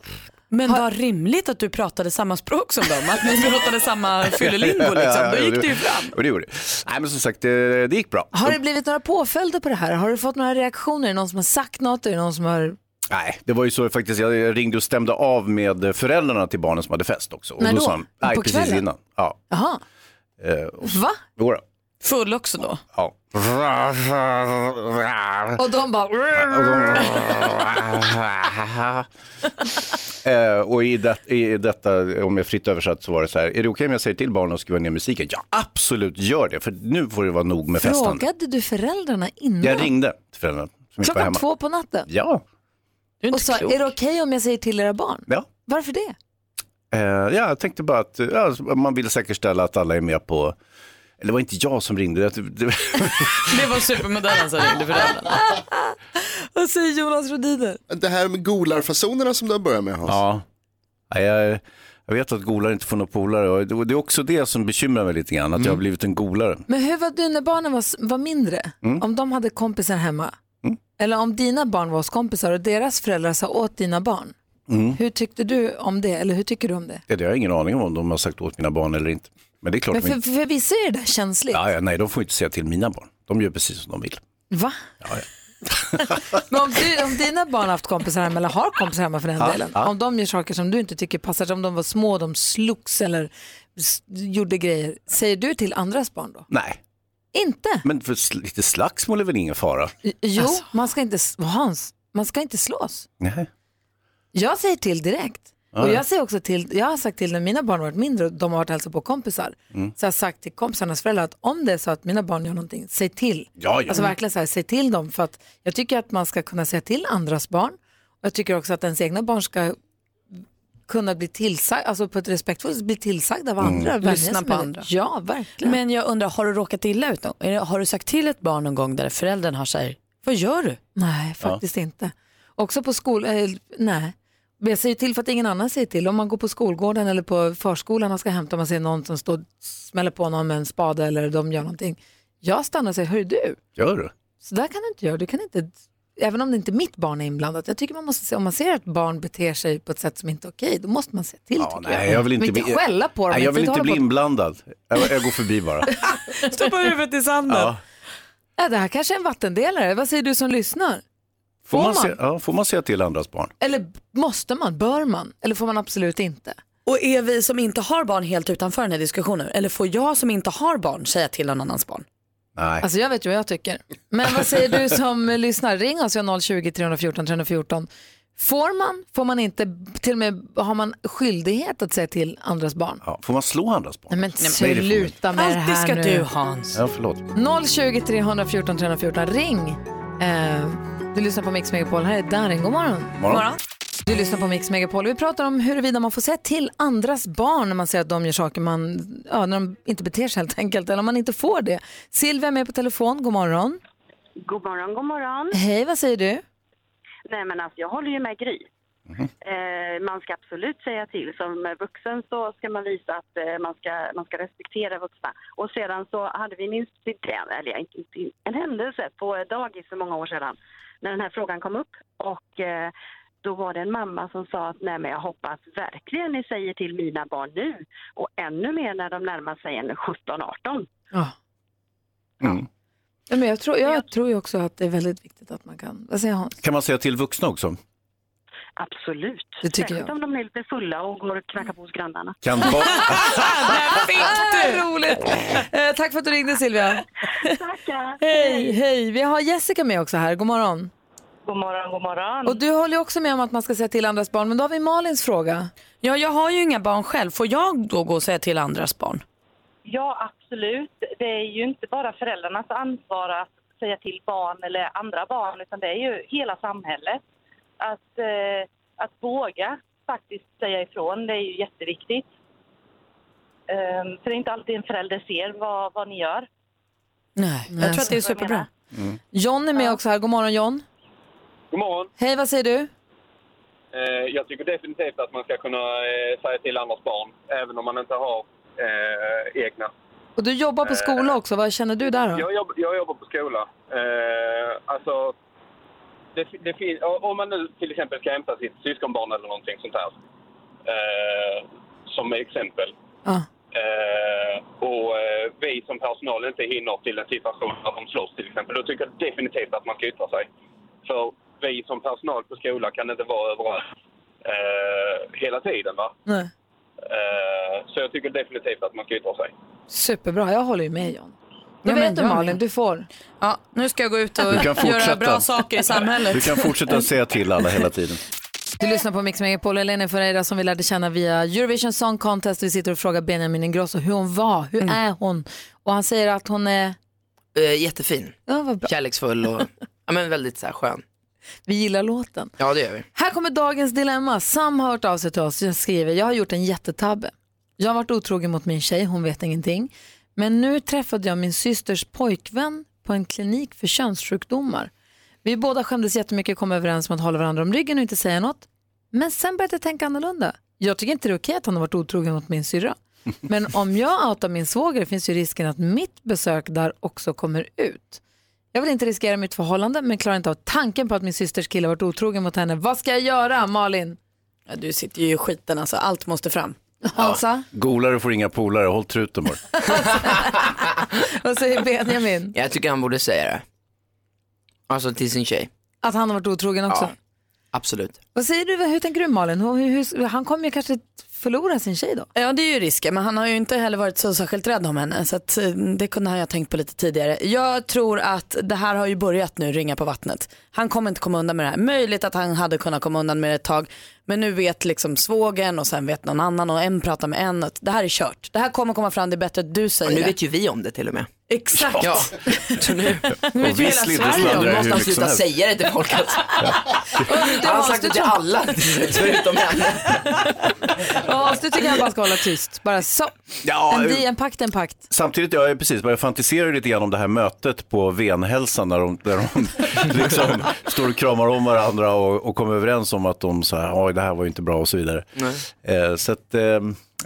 S3: Men vad rimligt att du pratade samma språk som dem, att ni pratade samma fyllelingo
S2: Ja, ja, ja,
S3: liksom. Då gick
S2: det-
S3: det ju fram.
S2: Och det gjorde det. Nej, men som sagt, det, det gick bra.
S1: Har det blivit några påföljder på det här? Har du fått några reaktioner? Är det någon som har sagt något? Är det någon som har...
S2: Nej, det var ju så faktiskt. Jag ringde och stämde av med föräldrarna till barnen som hade fest också. Och
S1: När då?
S2: sa de, nej,
S1: På
S2: precis
S1: kvällen?
S2: innan. Ja.
S1: Jaha,
S2: Eh, och-
S1: va?
S2: Jo då.
S3: Full också då?
S2: Ja.
S1: Och de bara...
S2: Eh, och i, det, i detta, om jag fritt översatt så var det så här, är det okej om jag säger till barnen att skruva ner musiken? Ja, absolut gör det, för nu får det vara nog med festan.
S1: Frågade du föräldrarna innan?
S2: Jag ringde till föräldrarna som inte var
S1: Klockan
S2: hemma.
S1: två på natten?
S2: Ja,
S1: Och sa, är det okej om jag säger till era barn?
S2: ja.
S1: Varför det?
S2: Eh, ja, jag tänkte bara att eh, ja, man vill säkerställa att alla är med på, eller det var inte jag som ringde, det, det,
S3: Det var supermodellen som ringde föräldrarna.
S1: Vad säger Jonas Rodiner?
S9: Det här med golarfasonerna som du har börjat med Hans.
S2: Ja, Nej, jag, jag vet att golare inte får några polare och det det är också det som bekymrar mig lite grann, att
S1: Mm.
S2: jag har blivit en golare.
S1: Men hur var du när barnen var, s- var mindre?
S2: Mm.
S1: Om de hade kompisar hemma? Eller om dina barn var hos kompisar och deras föräldrar sa åt dina barn?
S2: Mm.
S1: Hur tyckte du om det? Eller hur tycker du om det?
S2: Ja, det har jag ingen aning om om de har sagt åt mina barn eller inte. Men det är klart
S1: Men
S2: de
S1: för,
S2: inte...
S1: för vissa är det där känsligt.
S2: ja, ja, Nej, de får inte säga till mina barn. De gör precis som de vill.
S1: Va? Men om, du, om dina barn har haft kompisar hemma eller har kompisar hemma för den
S2: Ja,
S1: delen.
S2: ja.
S1: Om de gör saker som du inte tycker passar, om de var små och de slogs eller s- gjorde grejer. Säger du till andras barn då?
S2: Nej,
S1: Inte?
S2: men för sl- lite slagsmål är väl ingen fara?
S1: I- Jo,
S2: Alltså.
S1: man ska inte, s- Hans, man ska inte slås.
S2: Nej.
S1: Jag säger till direkt.
S2: Ja,
S1: Och
S2: ja.
S1: jag, säger också till, jag har sagt till när mina barn har varit mindre och de har varit hälsa på kompisar.
S2: Mm.
S1: Så jag har sagt till kompisarnas föräldrar att om det är så att mina barn gör någonting, säg till.
S2: Ja, ja.
S1: Alltså verkligen så här, säg till dem. För att jag tycker att man ska kunna säga till andras barn. Och jag tycker också att ens egna barn ska kunna bli tillsagda, alltså på ett respektfullt sätt bli tillsagda av
S2: Mm.
S1: andra. Vänja
S3: Lyssna
S1: sig
S3: på
S1: med det.
S3: andra.
S1: Ja, verkligen.
S3: Men jag undrar, har du råkat illa ut någon Är det- Har du sagt till ett barn någon gång där föräldern har sagt, vad gör du?
S1: Nej, faktiskt inte. Också på skol... Eh, nej. Men Jag säger till för att ingen annan säger till. Om man går på skolgården eller på förskolan och ska hämta, om man ser någon som står och smäller på någon med en spade eller de gör någonting. Jag stannar och säger, hör du,
S2: Gör du?
S1: så där kan du inte göra. Du kan inte, även om det inte mitt barn är inblandat. Jag tycker man måste se, om man ser att barn beter sig på ett sätt som inte är okej, då måste man säga till tycker
S2: Nej, jag vill inte,
S1: Men
S2: bli-
S1: inte skälla på dem.
S2: Nej, jag vill inte
S1: hålla
S2: bli
S1: på-
S2: inblandad. Jag, jag går förbi bara.
S1: Stoppa huvudet i sanden.
S2: Ja.
S1: Ja, det här kanske är en vattendelare. Vad säger du som lyssnar?
S2: Får,
S1: Får
S2: man
S1: man?
S2: se, ja, får man säga till andras barn?
S1: Eller b- måste man? Bör man? Eller får man absolut inte?
S3: Och är vi som inte har barn helt utanför den här diskussionen? Eller får jag som inte har barn säga till någon annans barn?
S2: Nej.
S1: Alltså jag vet ju vad jag tycker. Men vad säger du som lyssnar? Ring oss, vi har 020 314 314. Får man? Får man inte? Till och med har man skyldighet att säga till andras barn?
S2: Ja, får man slå andras barn?
S1: Nej men
S2: vad är det för mig?
S1: sluta med det här nu.
S2: Ja, förlåt.
S1: 020 314 314, ring. Eh, du lyssnar på Mix Megapol, här är Darin, god morgon.
S2: Morgon.
S1: Du lyssnar på Mix Megapol. Vi pratar om huruvida man får säga till andras barn när man ser att de gör saker man, ja, när de inte beter sig helt enkelt, eller om man inte får det. Silvia är med på telefon, god morgon.
S10: God morgon, god morgon.
S1: Hej, vad säger du?
S10: Nej, men alltså, jag håller ju med Gry. Eh, man ska absolut säga till. Som vuxen så ska man visa att eh, man, ska, man ska respektera vuxna. Och sedan så hade vi en incident, eller inte, inte, en händelse på ett dagis för många år sedan när den här frågan kom upp. Och eh, då var det en mamma som sa att nej men jag hoppas verkligen ni säger till mina barn nu och ännu mer när de närmar sig en 17-18.
S1: Ja.
S2: Mm.
S1: Ja, Men jag, tror, jag tror ju också att det är väldigt viktigt att man kan, vad säger Hans?
S2: Kan man säga till vuxna också?
S10: Absolut.
S1: Det tycker
S10: Särskilt
S1: jag.
S10: om de är lite fulla och går och knackar på hos grannarna.
S2: Kan barn...
S1: Ah, roligt. Eh, tack för att du ringde Silvia.
S10: Tackar.
S1: Hej, hej. Vi har Jessica med också här. God morgon.
S10: God morgon, god morgon.
S1: Och du håller ju också med om att man ska säga till andras barn, men då har vi Malins fråga.
S3: Ja, jag har ju inga barn själv. Får jag då gå och säga till andras barn?
S11: Ja, absolut. Det är ju inte bara föräldrarnas ansvar att säga till barn eller andra barn, utan det är ju hela samhället. Att, eh, att våga faktiskt säga ifrån, det är ju jätteviktigt. Ehm, för det är inte alltid en förälder ser vad, vad ni gör.
S3: Nej,
S1: jag tror att det är superbra. John är med också här. God morgon John.
S12: God morgon.
S1: Hej, vad säger du?
S12: Eh, jag tycker definitivt att man ska kunna eh, säga till andras barn, även om man inte har eh, egna.
S1: Och du jobbar på skola också, vad känner du där då?
S12: Jag, jobb, jag jobbar på skola. Eh, alltså, det, fi- det fin- om man nu till exempel ska hämta sitt syskonbarn eller någonting sånt här, eh, som exempel. Eh, och eh, vi som personal inte hinner till en situation där de slåss till exempel, då tycker jag definitivt att man ska yttra sig. För vi som personal på skolan kan inte vara överallt eh, hela tiden. Va?
S1: Nej.
S12: Eh, så jag tycker definitivt att man ska yttra sig.
S1: Superbra, jag håller ju med John. Då
S3: Ja, men
S1: vet du
S3: jag
S1: Malin,
S3: med.
S1: du får.
S3: Ja, nu ska jag gå ut
S2: Du kan
S3: och göra
S2: fortsätta.
S3: bra saker i samhället.
S2: Du kan fortsätta säga till alla hela tiden.
S1: Du lyssnar på Mix Megapol, Elena Ferreira som vi lärde känna via Eurovision Song Contest. Vi sitter och frågar Benjamin Ingrosso hur hon var, hur är hon? Och han säger att hon är
S13: Mm. Eh, jättefin.
S1: Ja, vad bra.
S13: Kärleksfull och ja, men väldigt så här, skön.
S1: Vi gillar låten.
S13: Ja, det gör vi.
S1: Här kommer dagens dilemma. Sam har hört av sig till oss. Jag skriver, jag har gjort en jättetabbe. Jag har varit otrogen mot min tjej, hon vet ingenting. Men nu träffade jag min systers pojkvän på en klinik för könssjukdomar. Vi båda skämdes jättemycket och kom överens om att hålla varandra om ryggen och inte säga något. Men sen började jag tänka annorlunda. Jag tycker inte det är okej att han har varit otrogen mot min syrra. Men om jag outar min svåger finns ju risken att mitt besök där också kommer ut. Jag vill inte riskera mitt förhållande men klarar inte av tanken på att min systers kille har varit otrogen mot henne. Vad ska jag göra Malin?
S3: Ja, du sitter ju i skiten alltså, allt måste fram.
S1: Hansa,
S2: Golare får inga polare, håll truten bara.
S1: vad säger Benjamin?
S13: Jag tycker han borde säga det. Alltså till sin tjej.
S1: Att han har varit otrogen också?
S13: Ja, absolut.
S1: Vad säger du, hur tänker du Malin? Hur, hur, hur, han kommer ju kanske förlora sin tjej då?
S3: Ja det är ju risken men han har ju inte heller varit så särskilt rädd om henne så att eh, det kunde han ju ha tänkt på lite tidigare. Jag tror att det här har ju börjat nu ringa på vattnet. Han kommer inte komma undan med det här. Möjligt att han hade kunnat komma undan med det ett tag men nu vet liksom svågen och sen vet någon annan och en pratar med en. Att det här är kört. Det här kommer komma fram, det är bättre att du säger
S13: Och nu
S3: det.
S13: vet ju vi om det till och med.
S3: Exakt.
S13: Ja. Så nu,
S3: Nu vet ju hela Sverige om
S13: Då
S3: det.
S13: måste han
S2: liksom
S13: sluta säga det till folk. Alltså. Han har sagt det till alla förutom henne.
S1: Ja, så du tycker han bara ska hålla tyst? Bara så.
S2: Ja,
S1: en, di, en pakt är en pakt.
S2: Samtidigt, ja, precis, men jag fantiserar ju lite grann om det här mötet på Venhälsan där de, där de liksom står och kramar om varandra och, och kommer överens om att de så här, oj det här var ju inte bra och så vidare. Eh, så att, eh,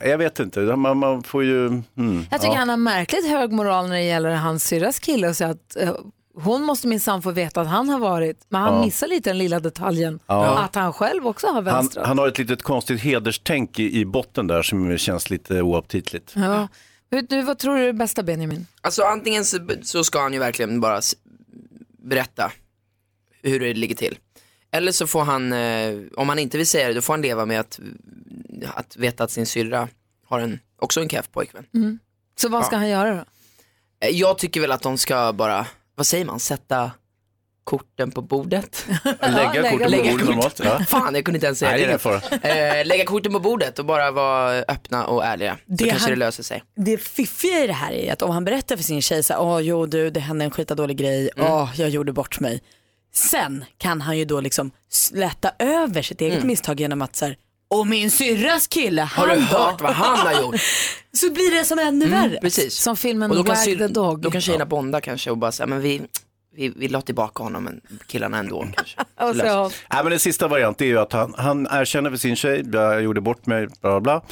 S2: jag vet inte, man, man får ju... Mm,
S1: Jag tycker
S2: ja.
S1: han har märkligt hög moral när det gäller hans syrras kille och säger att eh, hon måste minsann få veta att han har varit, men han
S2: Ja.
S1: missar lite den lilla detaljen
S2: Ja.
S1: att han själv också har
S2: han,
S1: vänstrat.
S2: han har ett litet konstigt hederstänk i, i botten där som känns lite oaptitligt.
S1: Ja. Vet Du, vad tror du är det bästa Benjamin?
S13: Alltså antingen så, så ska han ju verkligen bara s- berätta hur det ligger till. Eller så får han, eh, om han inte vill säga det, då får han leva med att, att veta att sin syrra har en, också en keff pojkvän.
S1: Mm. Så vad ska
S13: Ja.
S1: han göra då?
S13: Eh, Jag tycker väl att de ska bara, vad säger man, sätta korten på bordet.
S2: lägga korten på bordet normalt, ja.
S13: Fan, jag kunde inte ens säga
S2: Nej, det är
S13: det. Eh, lägga korten på bordet och bara vara öppna och ärliga. Så
S3: Det
S13: kanske
S3: han-
S13: det löser sig.
S3: Det fiffiga i det här är att om han berättar för sin tjej så här, åh jo du det hände en skitdålig grej,
S13: Mm.
S3: åh jag gjorde bort mig. Sen kan han ju då liksom släta över sitt eget
S13: Mm.
S3: misstag genom att så här, och min syrras kille,
S13: Har
S3: han
S13: du
S3: då?"
S13: hört vad han har gjort?
S3: så blir det som ännu
S13: Mm,
S3: värre.
S13: Precis.
S1: Som filmen
S13: Och då kan
S1: Wag
S13: syr-
S1: the Dog.
S13: Då kan tjejerna bonda kanske och bara säga, men vi, vi, vi la tillbaka honom men killarna ändå kanske.
S1: Och
S2: Löst.
S1: så,
S2: Nej, men den sista varianten är ju att han, han erkänner för sin tjej, jag gjorde bort mig, bla bla bla.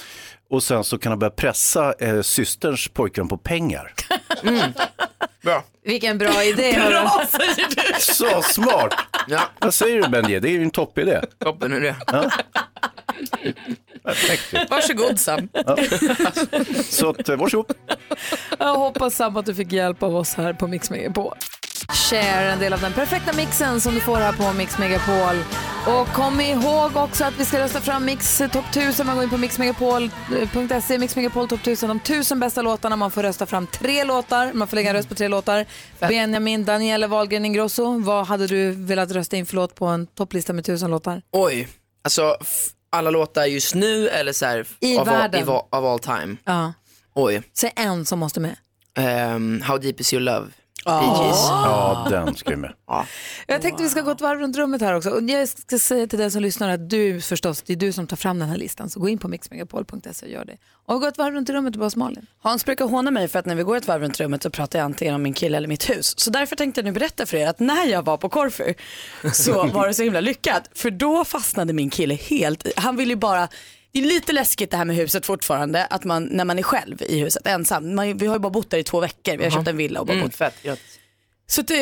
S2: Och sen så kan han börja pressa eh, systerns pojkvän på pengar.
S1: vilken bra idé.
S2: Bra,
S1: hörru.
S2: Så smart! Vad säger du Benji? Det är ju en toppidé.
S13: Toppen är det.
S2: Ja.
S3: Varsågod Sam.
S2: Ja. Så att, eh, varsågod.
S1: Jag hoppas Sam att du fick hjälp av oss här på Mix Megapol. Share en del av den perfekta mixen som du får här på Mix Megapol. Och kom ihåg också att vi ska rösta fram Mix Top 1000. Man går in på mixmegapol.se, Mix Megapol Top 1000. De 1000 bästa låtarna. Man får rösta fram tre låtar. Man får lägga en röst på tre låtar. Benjamin, Daniele Wahlgren Ingrosso. Vad hade du velat rösta in för låt på en topplista med 1000 låtar?
S13: Oj, alltså f- alla låtar just nu eller så här,
S1: I
S13: av, all-
S1: världen.
S13: i va- av all time.
S1: Ja.
S13: Oj,
S1: Säg en som måste med.
S13: Ehm, How Deep Is Your Love,
S1: Ah.
S13: Bee Gees.
S2: Ja, den ska ju med.
S1: Jag tänkte vi ska gå ett varv runt rummet här också. Och jag ska säga till den som lyssnar att du förstås, det är du som tar fram den här listan. Så gå in på mixmegapol.se och gör det. Och vi går ett varv runt rummet och bara Malin.
S3: Hans brukar håna mig för att när vi går ett varv runt rummet så pratar jag antingen om min kille eller mitt hus. Så därför tänkte jag nu berätta för er att när jag var på Korfu så var det så himla lyckat. För då fastnade min kille helt i- Han vill ju bara, det är lite läskigt det här med huset fortfarande, att man, när man är själv i huset ensam. Man, vi har ju bara bott där i två veckor, vi har köpt en villa och bara
S13: Mm,
S3: bott.
S13: fett, grattis.
S3: Så att, eh,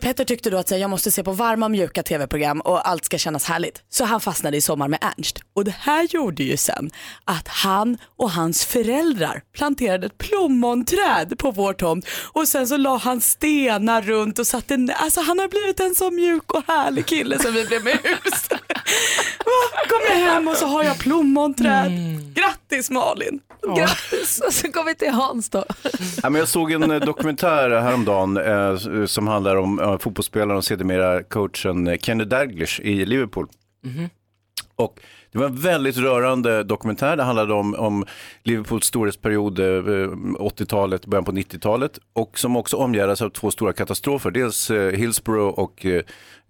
S3: Petter tyckte då att så här, jag måste se på varma mjuka tv-program och allt ska kännas härligt. Så han fastnade i Sommar med Ernst. Och det här gjorde ju sen att han och hans föräldrar planterade ett plommonträd på vår tomt och sen så la han stenar runt och satte, nä- alltså han har blivit en så mjuk och härlig kille sen vi blev med i hus. Va? Kom jag hem och så har jag plommonträd.
S13: Mm.
S3: Grattis Malin!
S1: Grattis! Och så går vi till Hans då.
S2: Ja, men jag såg en eh, dokumentär häromdagen eh, s- som handlar om eh, fotbollsspelaren och sedermera coachen eh, Kenny Dalglish i Liverpool. Och det var en väldigt rörande dokumentär. Det handlade om, om Liverpools storhetsperiod, eh, 80-talet, början på 90-talet och som också omgärdas av två stora katastrofer. Dels eh, Hillsborough och eh,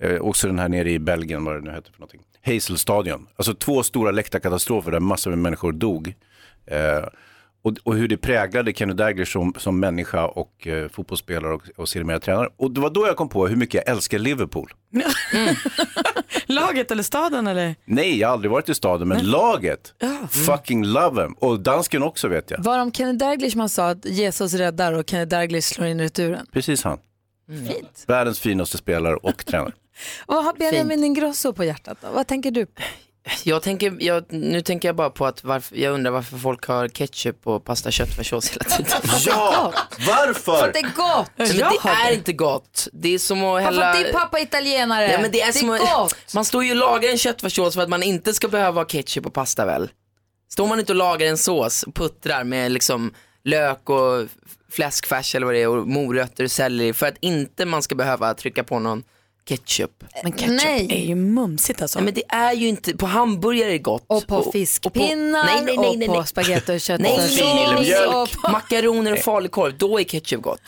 S2: eh, också den här nere i Belgien, vad det nu hette för någonting. Hazelstadion. Alltså två stora läktarkatastrofer där massor med människor dog. Eh, Och, och hur det präglade Kenny Daglish som, som människa och eh, fotbollsspelare och, och sedermera tränare. Och det var då jag kom på hur mycket jag älskar Liverpool.
S14: Laget eller staden eller? Mm.
S2: Nej, jag har aldrig varit i staden, men laget, fucking love 'em. Och dansken också vet jag.
S1: Var det om Kenny Dalglish man sa att Jesus räddar och Kenny Dalglish slår in returen?
S2: Precis han.
S1: Fint.
S2: Världens finaste spelare och tränare.
S1: Och vad har Benjamin Ingrosso på hjärtat då? Vad tänker du på?
S13: Jag tänker, jag, nu tänker jag bara på att varför, jag undrar varför folk har ketchup och pasta köttfärssås hela tiden.
S2: Ja, varför?
S1: För att det är gott!
S13: Men det är inte gott. Det är som att hälla...
S1: Varför att din pappa är italienare?
S13: Ja, men det är, som att-
S1: gott!
S13: Man står ju och lagar en köttfärssås för att man inte ska behöva ha ketchup och pasta väl? Står man inte och lagar en sås och puttrar med liksom lök och f- fläskfärs eller vad det är och morötter och selleri för att inte man ska behöva trycka på någon ketchup.
S3: Men ketchup är ju mumsigt alltså.
S13: Nej men det är ju inte, på hamburgare är det gott. Och
S1: på fiskpinnar
S13: nej, nej, nej, nej,
S1: och på
S13: nej.
S1: spagetti och köttfärssås.
S13: Nej, nej, nej, nej.
S1: Och på-
S13: Makaroner och falukorv, då är ketchup gott.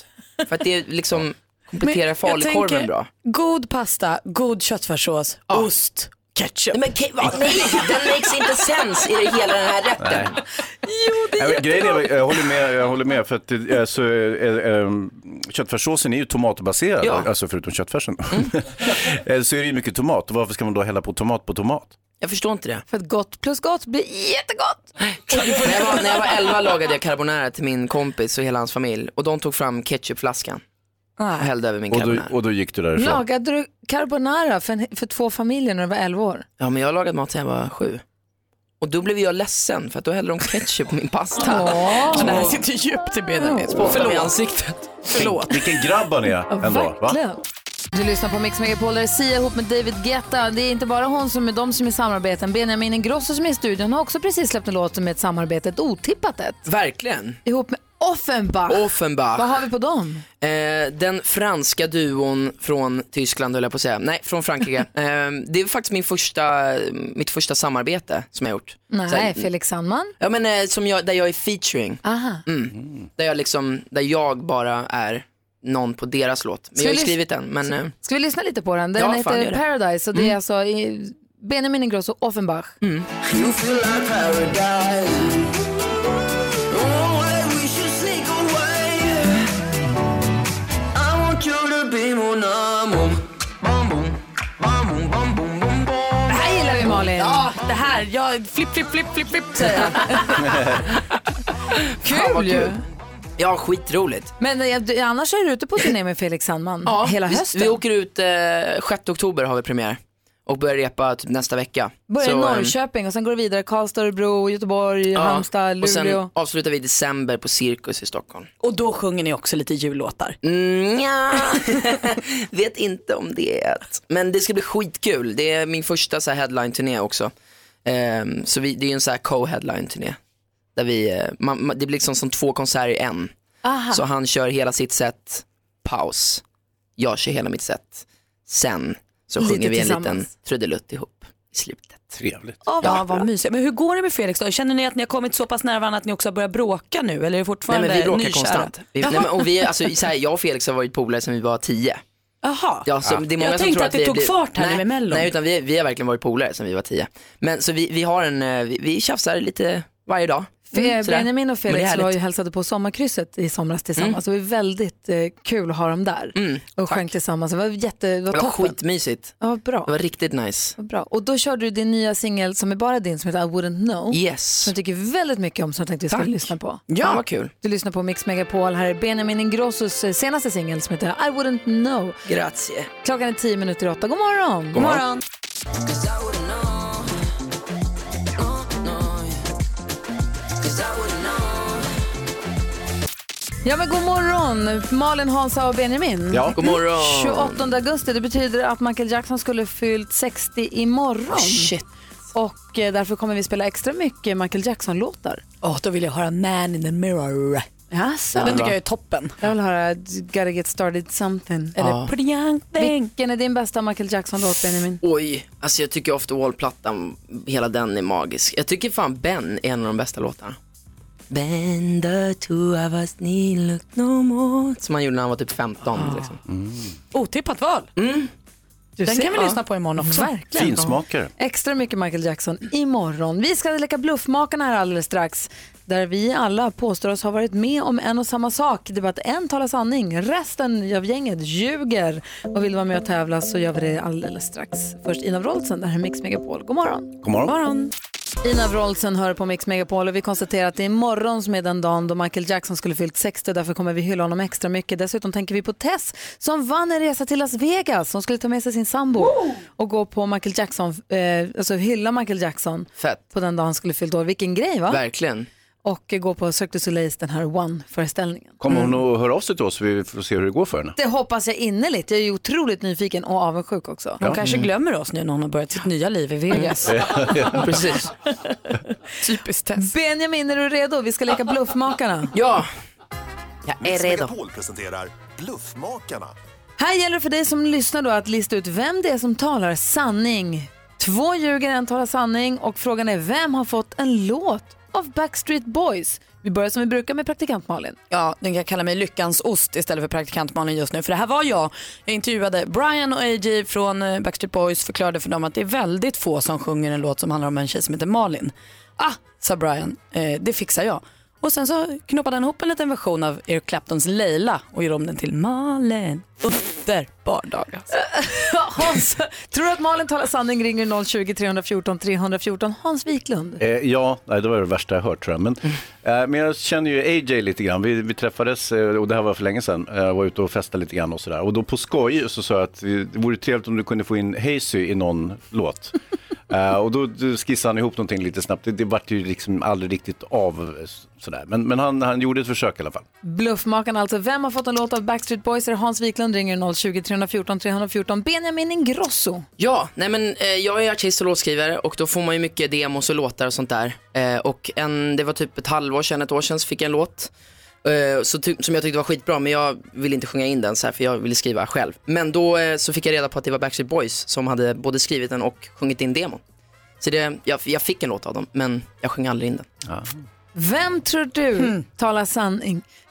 S13: För att det är liksom kompletterar falukorven bra.
S3: God pasta, god köttfärssås, ost, ketchup.
S13: Nej, men ke- va? Nej, den makes inte sense i hela den här rätten.
S2: Nej. Nej, men Grejen är, jag håller med, jag håller med för att eh, så, eh, eh, köttfärssåsen är ju tomatbaserad,
S13: Ja.
S2: alltså förutom köttfärsen. Eh, så är det ju mycket tomat, och varför ska man då hälla på tomat på tomat?
S13: Jag förstår inte det.
S1: För att gott plus gott blir jättegott.
S13: när, jag var, när jag var 11 lagade jag carbonara till min kompis och hela hans familj och de tog fram ketchupflaskan och
S3: Ah.
S13: hällde över min
S2: Och då,
S13: carbonara.
S2: och då gick du därifrån.
S1: Lagade du carbonara för, en, för två familjer när du var 11 år?
S13: Ja men jag har lagat mat sedan jag var sju. Och då blev jag ledsen för att då hällde de ketchup på min pasta.
S14: Åh. Så det här
S13: sitter djupt i
S14: benen.
S13: Spottade mig i
S14: Förlåt.
S13: ansiktet.
S2: Tänk, vilken grabb han är ändå. Va?
S1: Du lyssnar på Mix Megapol där Sia ihop med David Guetta. Det är inte bara hon som är de som är i samarbeten. Benjamin Ingrosso som är i studion har också precis släppt en låt med ett samarbete, ett otippat ett.
S13: Verkligen.
S1: Ihop med Offenbach.
S13: Offenbach.
S1: Vad har vi på dem?
S13: Eh, den franska duon från Tyskland höll jag på att säga. Nej, från Frankrike. eh, det är faktiskt min första, mitt första samarbete som jag gjort. Så här,
S1: Nej, Felix Sandman.
S13: Ja men eh, som jag, där jag är featuring.
S1: Aha.
S13: Mm. Där jag liksom, där jag bara är någon på deras låt. Men
S1: Ska
S13: jag har
S1: vi
S13: ju
S1: lys-
S13: skrivit den. Men, eh,
S1: Ska vi lyssna lite på den? Den
S13: Ja, fan,
S1: heter
S13: gör det.
S1: Paradise och det är
S13: Mm.
S1: alltså i Benjamin Ingrosso, Offenbach.
S15: You feel like paradise. Oh, I wish you sneak away. I want you to be mon amour. Bom, bom, bom, bom, bom, bom, bom, bom.
S1: Det här gillar vi Malin.
S14: Ja,
S3: Ah,
S14: det här. Jag flipp, flipp, flipp, flipp, flipp säger jag.
S13: Fan, vad kul ju. Ja, skitroligt.
S1: Men eh, du- annars är du ute på turné med Felix Sandman hela
S13: vi,
S1: hösten.
S13: Vi åker ut eh, 6 oktober har vi premiär. Och börjar repa typ nästa vecka.
S1: Börjar i
S13: Så, ehm,
S1: Norrköping och sen går det vidare Karlstad, Örebro, Göteborg,
S13: ja,
S1: Halmstad,
S13: Och
S1: Luleå.
S13: sen avslutar vi i december på Cirkus i Stockholm.
S3: Och då sjunger ni också lite jullåtar.
S13: Mm, ja. Vet inte om det är ett. Men det ska bli skitkul. Det är min första så här headline-turné också. Ehm, så vi, det är ju en så här co-headline-turné. Där vi, eh, man, man, det blir liksom som två konserter i en.
S1: Aha.
S13: Så han kör hela sitt set, paus. Jag kör hela mitt set. Sen så
S3: Lite
S13: sjunger vi en liten
S3: tillsammans.
S13: trudelutt ihop i slutet.
S2: Trevligt.
S3: Ja, vad, vad mysigt. Men hur går det med Felix då? Känner ni att ni har kommit så pass nära varandra att ni också har börjat bråka nu? Eller är det
S13: Nej
S3: fortfarande
S13: men vi bråkar
S3: nykära?
S13: konstant. Vi, nej, men, och vi, är- alltså, så här, jag och Felix har varit polare sedan vi var tio.
S3: Jaha,
S13: Ja, så det är många
S3: jag
S13: som
S3: tänkte
S13: tror
S3: att det
S13: vi-
S3: tog
S13: vi-
S3: fart här
S13: nej,
S3: nu med Mello.
S13: Nej, utan vi, vi har verkligen varit polare sedan vi var tio. Men så vi, vi har en, eh, vi, vi tjafsar lite varje dag.
S1: Fe-
S13: Mm, sådär.
S1: Benjamin och
S13: Men det är
S1: Felix
S13: härligt. Mm.
S1: var ju hälsade på sommarkrysset i somras tillsammans. Det var väldigt eh, kul att ha dem där och sjöng tillsammans. Det var, jätte, det var
S13: Det var
S1: toppen.
S13: skitmysigt.
S1: Ja, bra.
S13: Det var riktigt nice.
S1: Bra. Och då körde du din nya singel som är bara din som heter I wouldn't know.
S13: Yes.
S1: Som jag tycker väldigt mycket om som jag tänkte vi skulle lyssna på.
S13: Ja. Fan, vad kul.
S1: Du lyssnar på Mix Megapol. Här är Benjamin Ingrossos eh, senaste singel som heter I wouldn't know.
S13: Grazie.
S1: Klockan är tio minuter i åtta. God morgon.
S13: God morgon.
S1: Ja men god morgon, Malin, Hansa och Benjamin.
S13: Ja. God morgon.
S1: 28 augusti, det betyder att Michael Jackson skulle fyllt 60 imorgon.
S3: Shit.
S1: Och eh, därför kommer vi spela extra mycket Michael Jackson-låtar.
S3: Åh, då vill jag höra Man in the Mirror.
S1: Jaså?
S3: Den tycker jag är toppen.
S1: Jag vill höra Gotta get started something.
S3: Eller
S13: Ja.
S3: Pretty young thing.
S1: Vilken är din bästa Michael Jackson-låt Benjamin?
S13: Oj, alltså jag tycker Off the Wall-plattan, hela den är magisk. Jag tycker fan Ben är en av de bästa låtarna. Ben, the two of us need look no more. Som han gjorde när han var typ 15. Liksom.
S3: Otippat val.
S1: Du
S3: Mm. Den
S1: ser-
S3: kan vi
S1: ja.
S3: lyssna på imorgon också.
S1: Verkligen. Extra mycket Michael Jackson imorgon. Vi ska leka bluffmakarna här alldeles strax. där vi alla påstår oss ha varit med om en och samma sak. Det är bara att en talar sanning, resten av gänget ljuger. Och vill du vara med och tävla så gör vi det alldeles strax. Först Ina Wroldsen, det här är Mix Megapol. God morgon!
S2: God morgon.
S1: Ina Wroldsen hör på Mix Megapol och vi konstaterar att det är imorgon som är den dagen då Michael Jackson skulle fyllt 60 och därför kommer vi hylla honom extra mycket. Dessutom tänker vi på Tess som vann en resa till Las Vegas. Hon skulle ta med sig sin sambo och gå på Michael Jackson, eh, alltså hylla Michael Jackson på den dag han skulle fyllt år. Vilken grej va?
S13: Verkligen.
S1: Och eh, gå på Cirque du Soleils den här One-föreställningen.
S2: Kommer hon att höra av sig till oss så vi får se hur det går för henne?
S1: Det hoppas jag innerligt. Jag är ju otroligt nyfiken och avundsjuk också.
S3: Hon kanske glömmer oss nu när hon har börjat sitt nya liv i Vegas.
S13: Precis.
S3: Typiskt test.
S1: Benjamin, är du redo? Vi ska leka Bluffmakarna.
S13: ja.
S1: Jag är redo.
S8: Megapol presenterar Bluffmakarna.
S1: Här gäller det för dig som lyssnar då att lista ut vem det är som talar sanning. Två ljuger, en talar sanning och frågan är vem har fått en låt av Backstreet Boys? Vi börjar som vi brukar med praktikant Malin.
S3: Ja, den kan kalla mig Lyckans ost istället för praktikantmannen just nu. För det här var jag. Jag intervjuade Brian och AJ från eh, Backstreet Boys, förklarade för dem att det är väldigt få som sjunger en låt som handlar om en tjej som heter Malin. Ah, sa Brian, eh, det fixar jag. Och sen så knoppade han ihop en liten version av Eric Claptons Leila och gjorde om den till Malin. Underbar dag alltså.
S1: Hans, tror du att Malin talar sanning ringer 020 314 314 Hans Wiklund.
S2: Eh, ja, nej, det var det värsta jag hört tror jag. Men, eh, men jag känner ju AJ lite grann. Vi, vi träffades, eh, och det här var för länge sedan, eh, var ute och festade lite grann och sådär. Och då på skoj så sa jag att eh, det vore trevligt om du kunde få in Hazy i någon låt. Eh, och då, då skissade han ihop någonting lite snabbt. Det, det vart ju liksom aldrig riktigt av eh, sådär. Men, men han, han gjorde ett försök i alla fall.
S1: Bluffmakaren alltså. Vem har fått en låt av Backstreet Boys? Är det Hans Wiklund ringer 020 314 314 Benjamin Ingrosso.
S13: Ja, nej men eh, jag är artist och låtskrivare och då får man ju mycket demos och låtar och sånt där. Eh, och en, det var typ ett halvår sedan, ett år sedan, så fick jag en låt. Eh, så ty- som jag tyckte var skitbra, men jag ville inte sjunga in den så här för jag ville skriva själv. Men då eh, så fick jag reda på att det var Backstreet Boys som hade både skrivit den och sjungit in demon. Så det, jag, jag fick en låt av dem, men jag sjöng aldrig in den.
S1: Vem tror du talar sanning?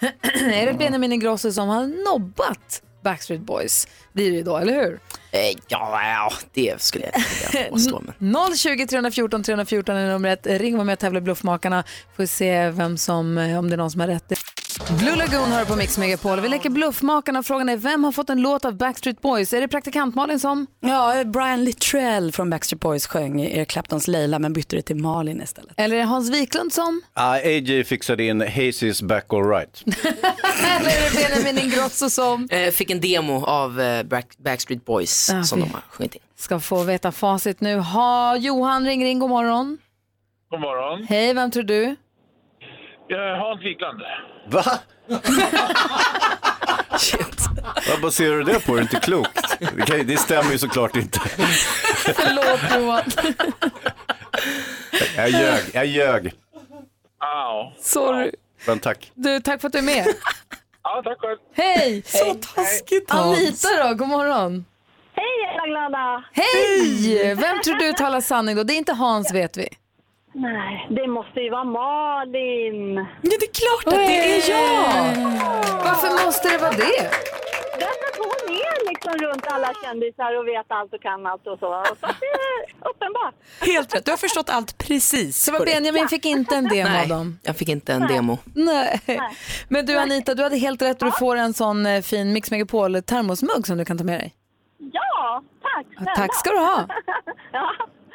S1: är det Benjamin Ingrosso som har nobbat Backstreet Boys? Blir det ju då, eller hur?
S13: Eh, ja, ja, det skulle jag inte vilja påstå. Men.
S1: 020 314 314 är numret. Ring och var med och tävla i Bluffmakarna. Får se vem som, eh, om det är någon som har rätt. Blue Lagoon hör på Mix Megapol. Vi leker Bluffmakarna. Frågan är vem har fått en låt av Backstreet Boys? Är det praktikant Malin som?
S3: Ja, Brian Littrell från Backstreet Boys sjöng Eric Claptons Leila men bytte det till Malin istället.
S1: Eller är det Hans Wiklund som?
S2: Ah, AJ fixade in Hazys back all right.
S1: Eller är det Benjamin Ingrosso som?
S13: Eh, fick en demo av eh, Back- Backstreet Boys
S1: Ah,
S13: som
S1: vi-
S13: de har sjungit in.
S1: Ska få veta facit nu. Ha, Johan ringer in, god morgon.
S16: God morgon.
S1: Hej, vem tror du?
S16: Eh, Hans Wiklund.
S2: Va? Vad baserar du det på? Är det inte klokt? Det, kan, ju- det stämmer ju såklart inte.
S1: Förlåt Johan.
S2: Jag ljög, jag ljög.
S1: Sorry.
S2: Men tack.
S1: Du, tack för att du är med.
S16: Ja, tack själv.
S1: Hej!
S16: Så taskigt,
S1: Hej.
S16: Hans.
S1: Anita då, god morgon.
S17: Hej alla glada!
S1: Hej! Vem tror du talar sanning då? Det är inte Hans vet vi.
S17: Nej, det måste ju vara Malin.
S3: Ja, det är klart
S17: att det är jag!
S1: Varför måste det vara det?
S17: Därför att hon är liksom runt alla kändisar och vet allt och kan allt och så. Och så att det är uppenbart.
S3: Helt rätt, du har förstått allt precis.
S1: Så var Benjamin fick inte en demo av dem.
S13: Jag fick inte en demo.
S1: Nej. Men du Anita, du hade helt rätt och du får en sån eh, fin Mix Megapol termosmugg som du kan ta med dig.
S17: Ja, tack snälla.
S1: Tack ska du ha.
S17: Ja.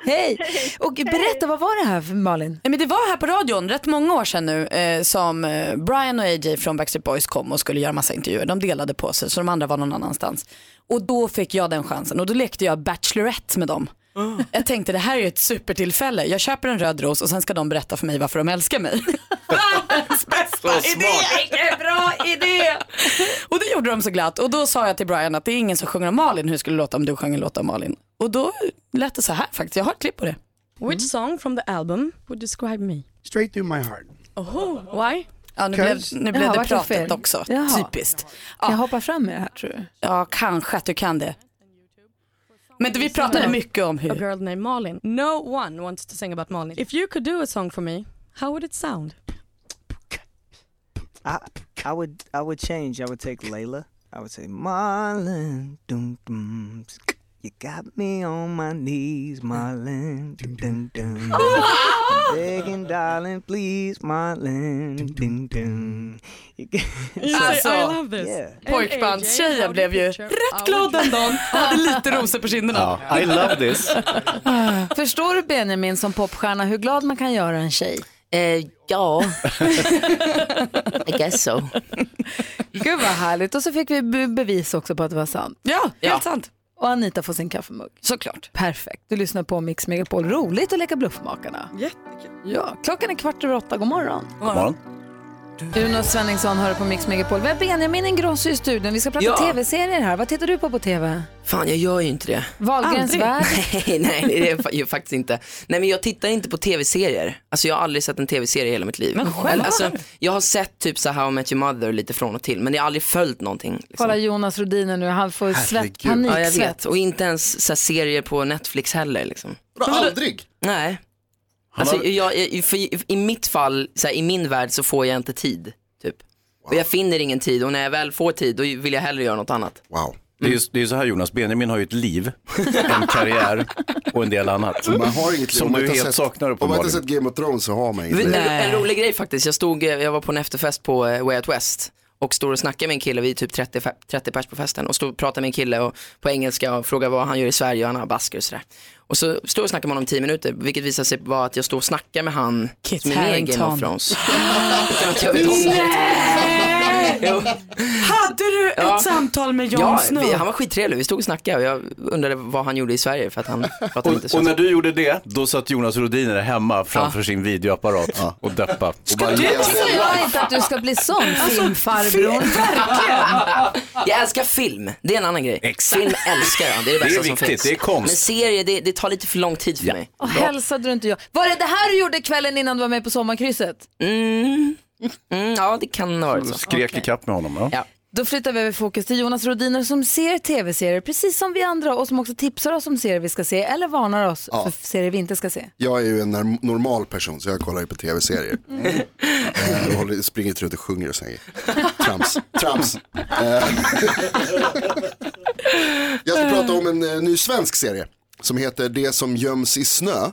S1: Hej! Och berätta, vad var det här för Malin?
S3: Nej, men det var här på radion rätt många år sedan nu eh, som eh, Brian och AJ från Backstreet Boys kom och skulle göra massa intervjuer. De delade på sig så de andra var någon annanstans. Och då fick jag den chansen och då lekte jag Bachelorette med dem. Jag tänkte det här är ju ett supertillfälle. Jag köper en röd ros och sen ska de berätta för mig varför de älskar mig.
S15: Bästa idé! Vilken bra idé!
S3: Och det gjorde de så glatt. Och då sa jag till Brian att det är ingen som sjunger om Malin. Hur skulle det låta om du sjöng en låt om Malin? Och då lät det så här faktiskt. Jag har ett klipp på det. Mm.
S18: Which song from the album would describe me?
S3: Straight through my heart.
S18: Oh, why?
S3: Ja, nu blev, nu blev det pratet också.
S18: Jaha.
S3: Typiskt. Ja. Jag
S1: hoppar fram i det här tror du?
S3: Ja, kanske att du kan det. Men vi pratade mycket om
S18: A
S3: hur.
S18: girl named Malin. No one wants to sing about Malin. If you could do a song for me, how would it sound?
S19: I I would I would change. I would take Layla. I would say Marlon. Dum, dum, sk-
S20: You got me on my knees, Marlon. Dun, dun. Begging, darling, please, Marlon. Dun, dun. You got...
S3: Alltså, I love this. Pojkbandstjejen blev ju rätt glad den dagen och hade lite rosor på kinderna.
S2: Ja, I love this.
S1: Förstår du Benjamin som popstjärna hur glad man kan göra en tjej?
S21: ja.
S13: I guess so.
S1: Gud vad härligt. Och så fick vi be- bevis också på att det var sant.
S3: Ja, helt sant.
S1: Och Anita får sin kaffemugg.
S3: Såklart.
S1: Perfekt. Du lyssnar på Mix Megapol. Roligt att leka bluffmakarna.
S3: Jättekul.
S1: Ja, klockan är kvart över åtta. God morgon.
S2: God morgon.
S1: Uno Svenningsson hör på Mix Megapol. Vi har Benjamin Ingrosso i studion. Vi ska prata
S13: Ja.
S1: tv-serier här. Vad tittar du på på tv?
S13: Fan, jag gör ju inte det.
S1: Wahlgrens värld.
S13: Nej, nej, det är jag ju faktiskt inte. Nej, men jag tittar inte på tv-serier. Alltså jag har aldrig sett en tv-serie i hela mitt liv.
S1: Men själv?
S13: Alltså, jag har sett typ så här How I Met Your Mother lite från och till, men jag har aldrig följt någonting. Liksom.
S1: Kolla Jonas Rhodiner nu. Han får svett,
S13: Ja, jag vet.
S1: paniksvett.
S13: Och inte ens så här, serier på Netflix heller. Liksom.
S9: Aldrig?
S13: Nej. Alltså, jag, jag, för, i- I mitt fall, så här, i min värld så får jag inte tid. Typ. Och jag finner ingen tid och när jag väl får tid då vill jag hellre göra något annat.
S9: Wow.
S2: Det är, ju- det är så här Jonas, Benjamin har ju ett liv, en karriär och en del annat.
S9: Man har inget liv. Om
S2: Som
S9: man
S2: du
S9: inte har sett-
S2: helt
S9: Om
S2: saknar
S9: man inte har
S2: uppenbarligen.
S9: sett Game of Thrones så har man inget
S13: En,
S9: liv.
S13: en rolig grej faktiskt, jag, stod, eh, jag var på en efterfest på eh, Way Out West och stod och snackade med en kille, vi är typ 30, fe- 30 pers på festen och stod och pratade med en kille och, på engelska och frågade vad han gör i Sverige och han har basker och sådär. Och så stod jag och snackade med honom i 10 minuter vilket visade sig vara att jag stod och snackade med han Kit som är med i Game
S22: Harington.
S13: of Thrones. Utan att jag vet om det. Jo.
S23: Hade du ett
S13: Ja.
S23: samtal med Jon
S13: Ja,
S23: Snow?
S13: vi, han var skittrevlig, vi stod och snackade och jag undrade vad han gjorde i Sverige för att han pratade lite
S2: Och,
S13: så.
S9: Alltså-
S2: och när du gjorde det, då satt Jonas Rhodiner hemma framför sin videoapparat och deppa. Och bara
S1: Du
S2: led.
S1: säger inte att du ska bli sån
S9: Alltså,
S1: filmfarbror.
S13: Jag älskar film, det är en annan grej. Film älskar jag, det är det
S2: Det är
S13: bästa som
S2: viktigt,
S13: finns.
S2: det är konst.
S13: Men serier, det, det tar lite för lång tid för mig.
S1: Och hälsade du inte jag. Var det det här du gjorde kvällen innan du var med på sommarkrysset?
S13: Mm. Mm, ja, det kan ha varit så.
S2: Skrek i kapp med honom. Ja.
S1: Då flyttar vi över fokus till Jonas Rodiner som ser tv-serier precis som vi andra och som också tipsar oss om serier vi ska se eller varnar oss
S9: Ja.
S1: för serier vi inte ska se.
S9: Jag är ju en norm- normal person så jag kollar ju på tv-serier. Eh, och håller- springer inte runt och sjunger och sådana grejer. Trams. Trams. Eh, jag ska prata om en eh, ny svensk serie som heter Det som göms i snö.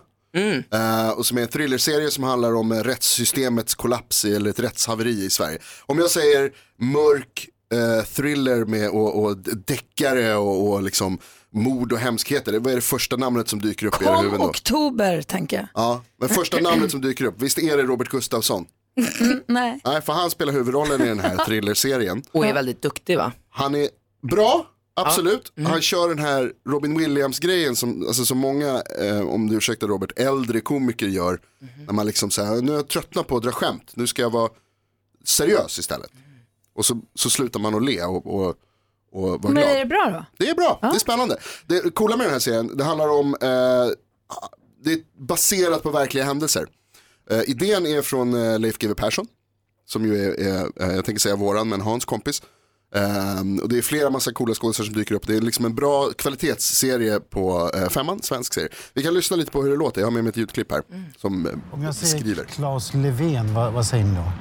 S9: Eh, och som är en thrillerserie som handlar om eh, rättssystemets kollaps i- eller ett rättshaveri i Sverige. Om jag säger mörk eh, thriller med, och, och d- deckare och, och liksom mord och hemskheter, vad är det första namnet som dyker upp i era
S1: Kom
S9: huvuden då?
S1: oktober tänker jag.
S9: Ja, men första namnet som dyker upp, visst är det Robert Gustafsson?
S1: Nej.
S9: Nej, för han spelar huvudrollen i den här thrillerserien.
S13: Och är väldigt duktig va? Mm.
S9: Han är bra, absolut. Han kör den här Robin Williams-grejen som, alltså, som många, eh, om du ursäktar Robert, äldre komiker gör.
S13: Mhm.
S9: När man liksom säger, nu är jag tröttnat på att dra skämt, nu ska jag vara seriös istället. Och så, så slutar man att le och, och, och vara glad.
S1: Men är det bra då?
S9: Det är bra, det är spännande. Det coola med den här serien, det handlar om, eh, det är baserat på verkliga händelser. Eh, idén är från eh, Leif GW Persson, som ju är, är eh, jag tänker säga våran, men Hans kompis. Ehm, och det är flera massa coola skådespelare som dyker upp. Det är liksom en bra kvalitetsserie på eh, Femman, svensk serie. Vi kan lyssna lite på hur det låter, jag har med mig ett ljudklipp här som eh,
S24: Om jag säger
S9: beskriver.
S24: Claes Löfven, vad, vad säger ni då?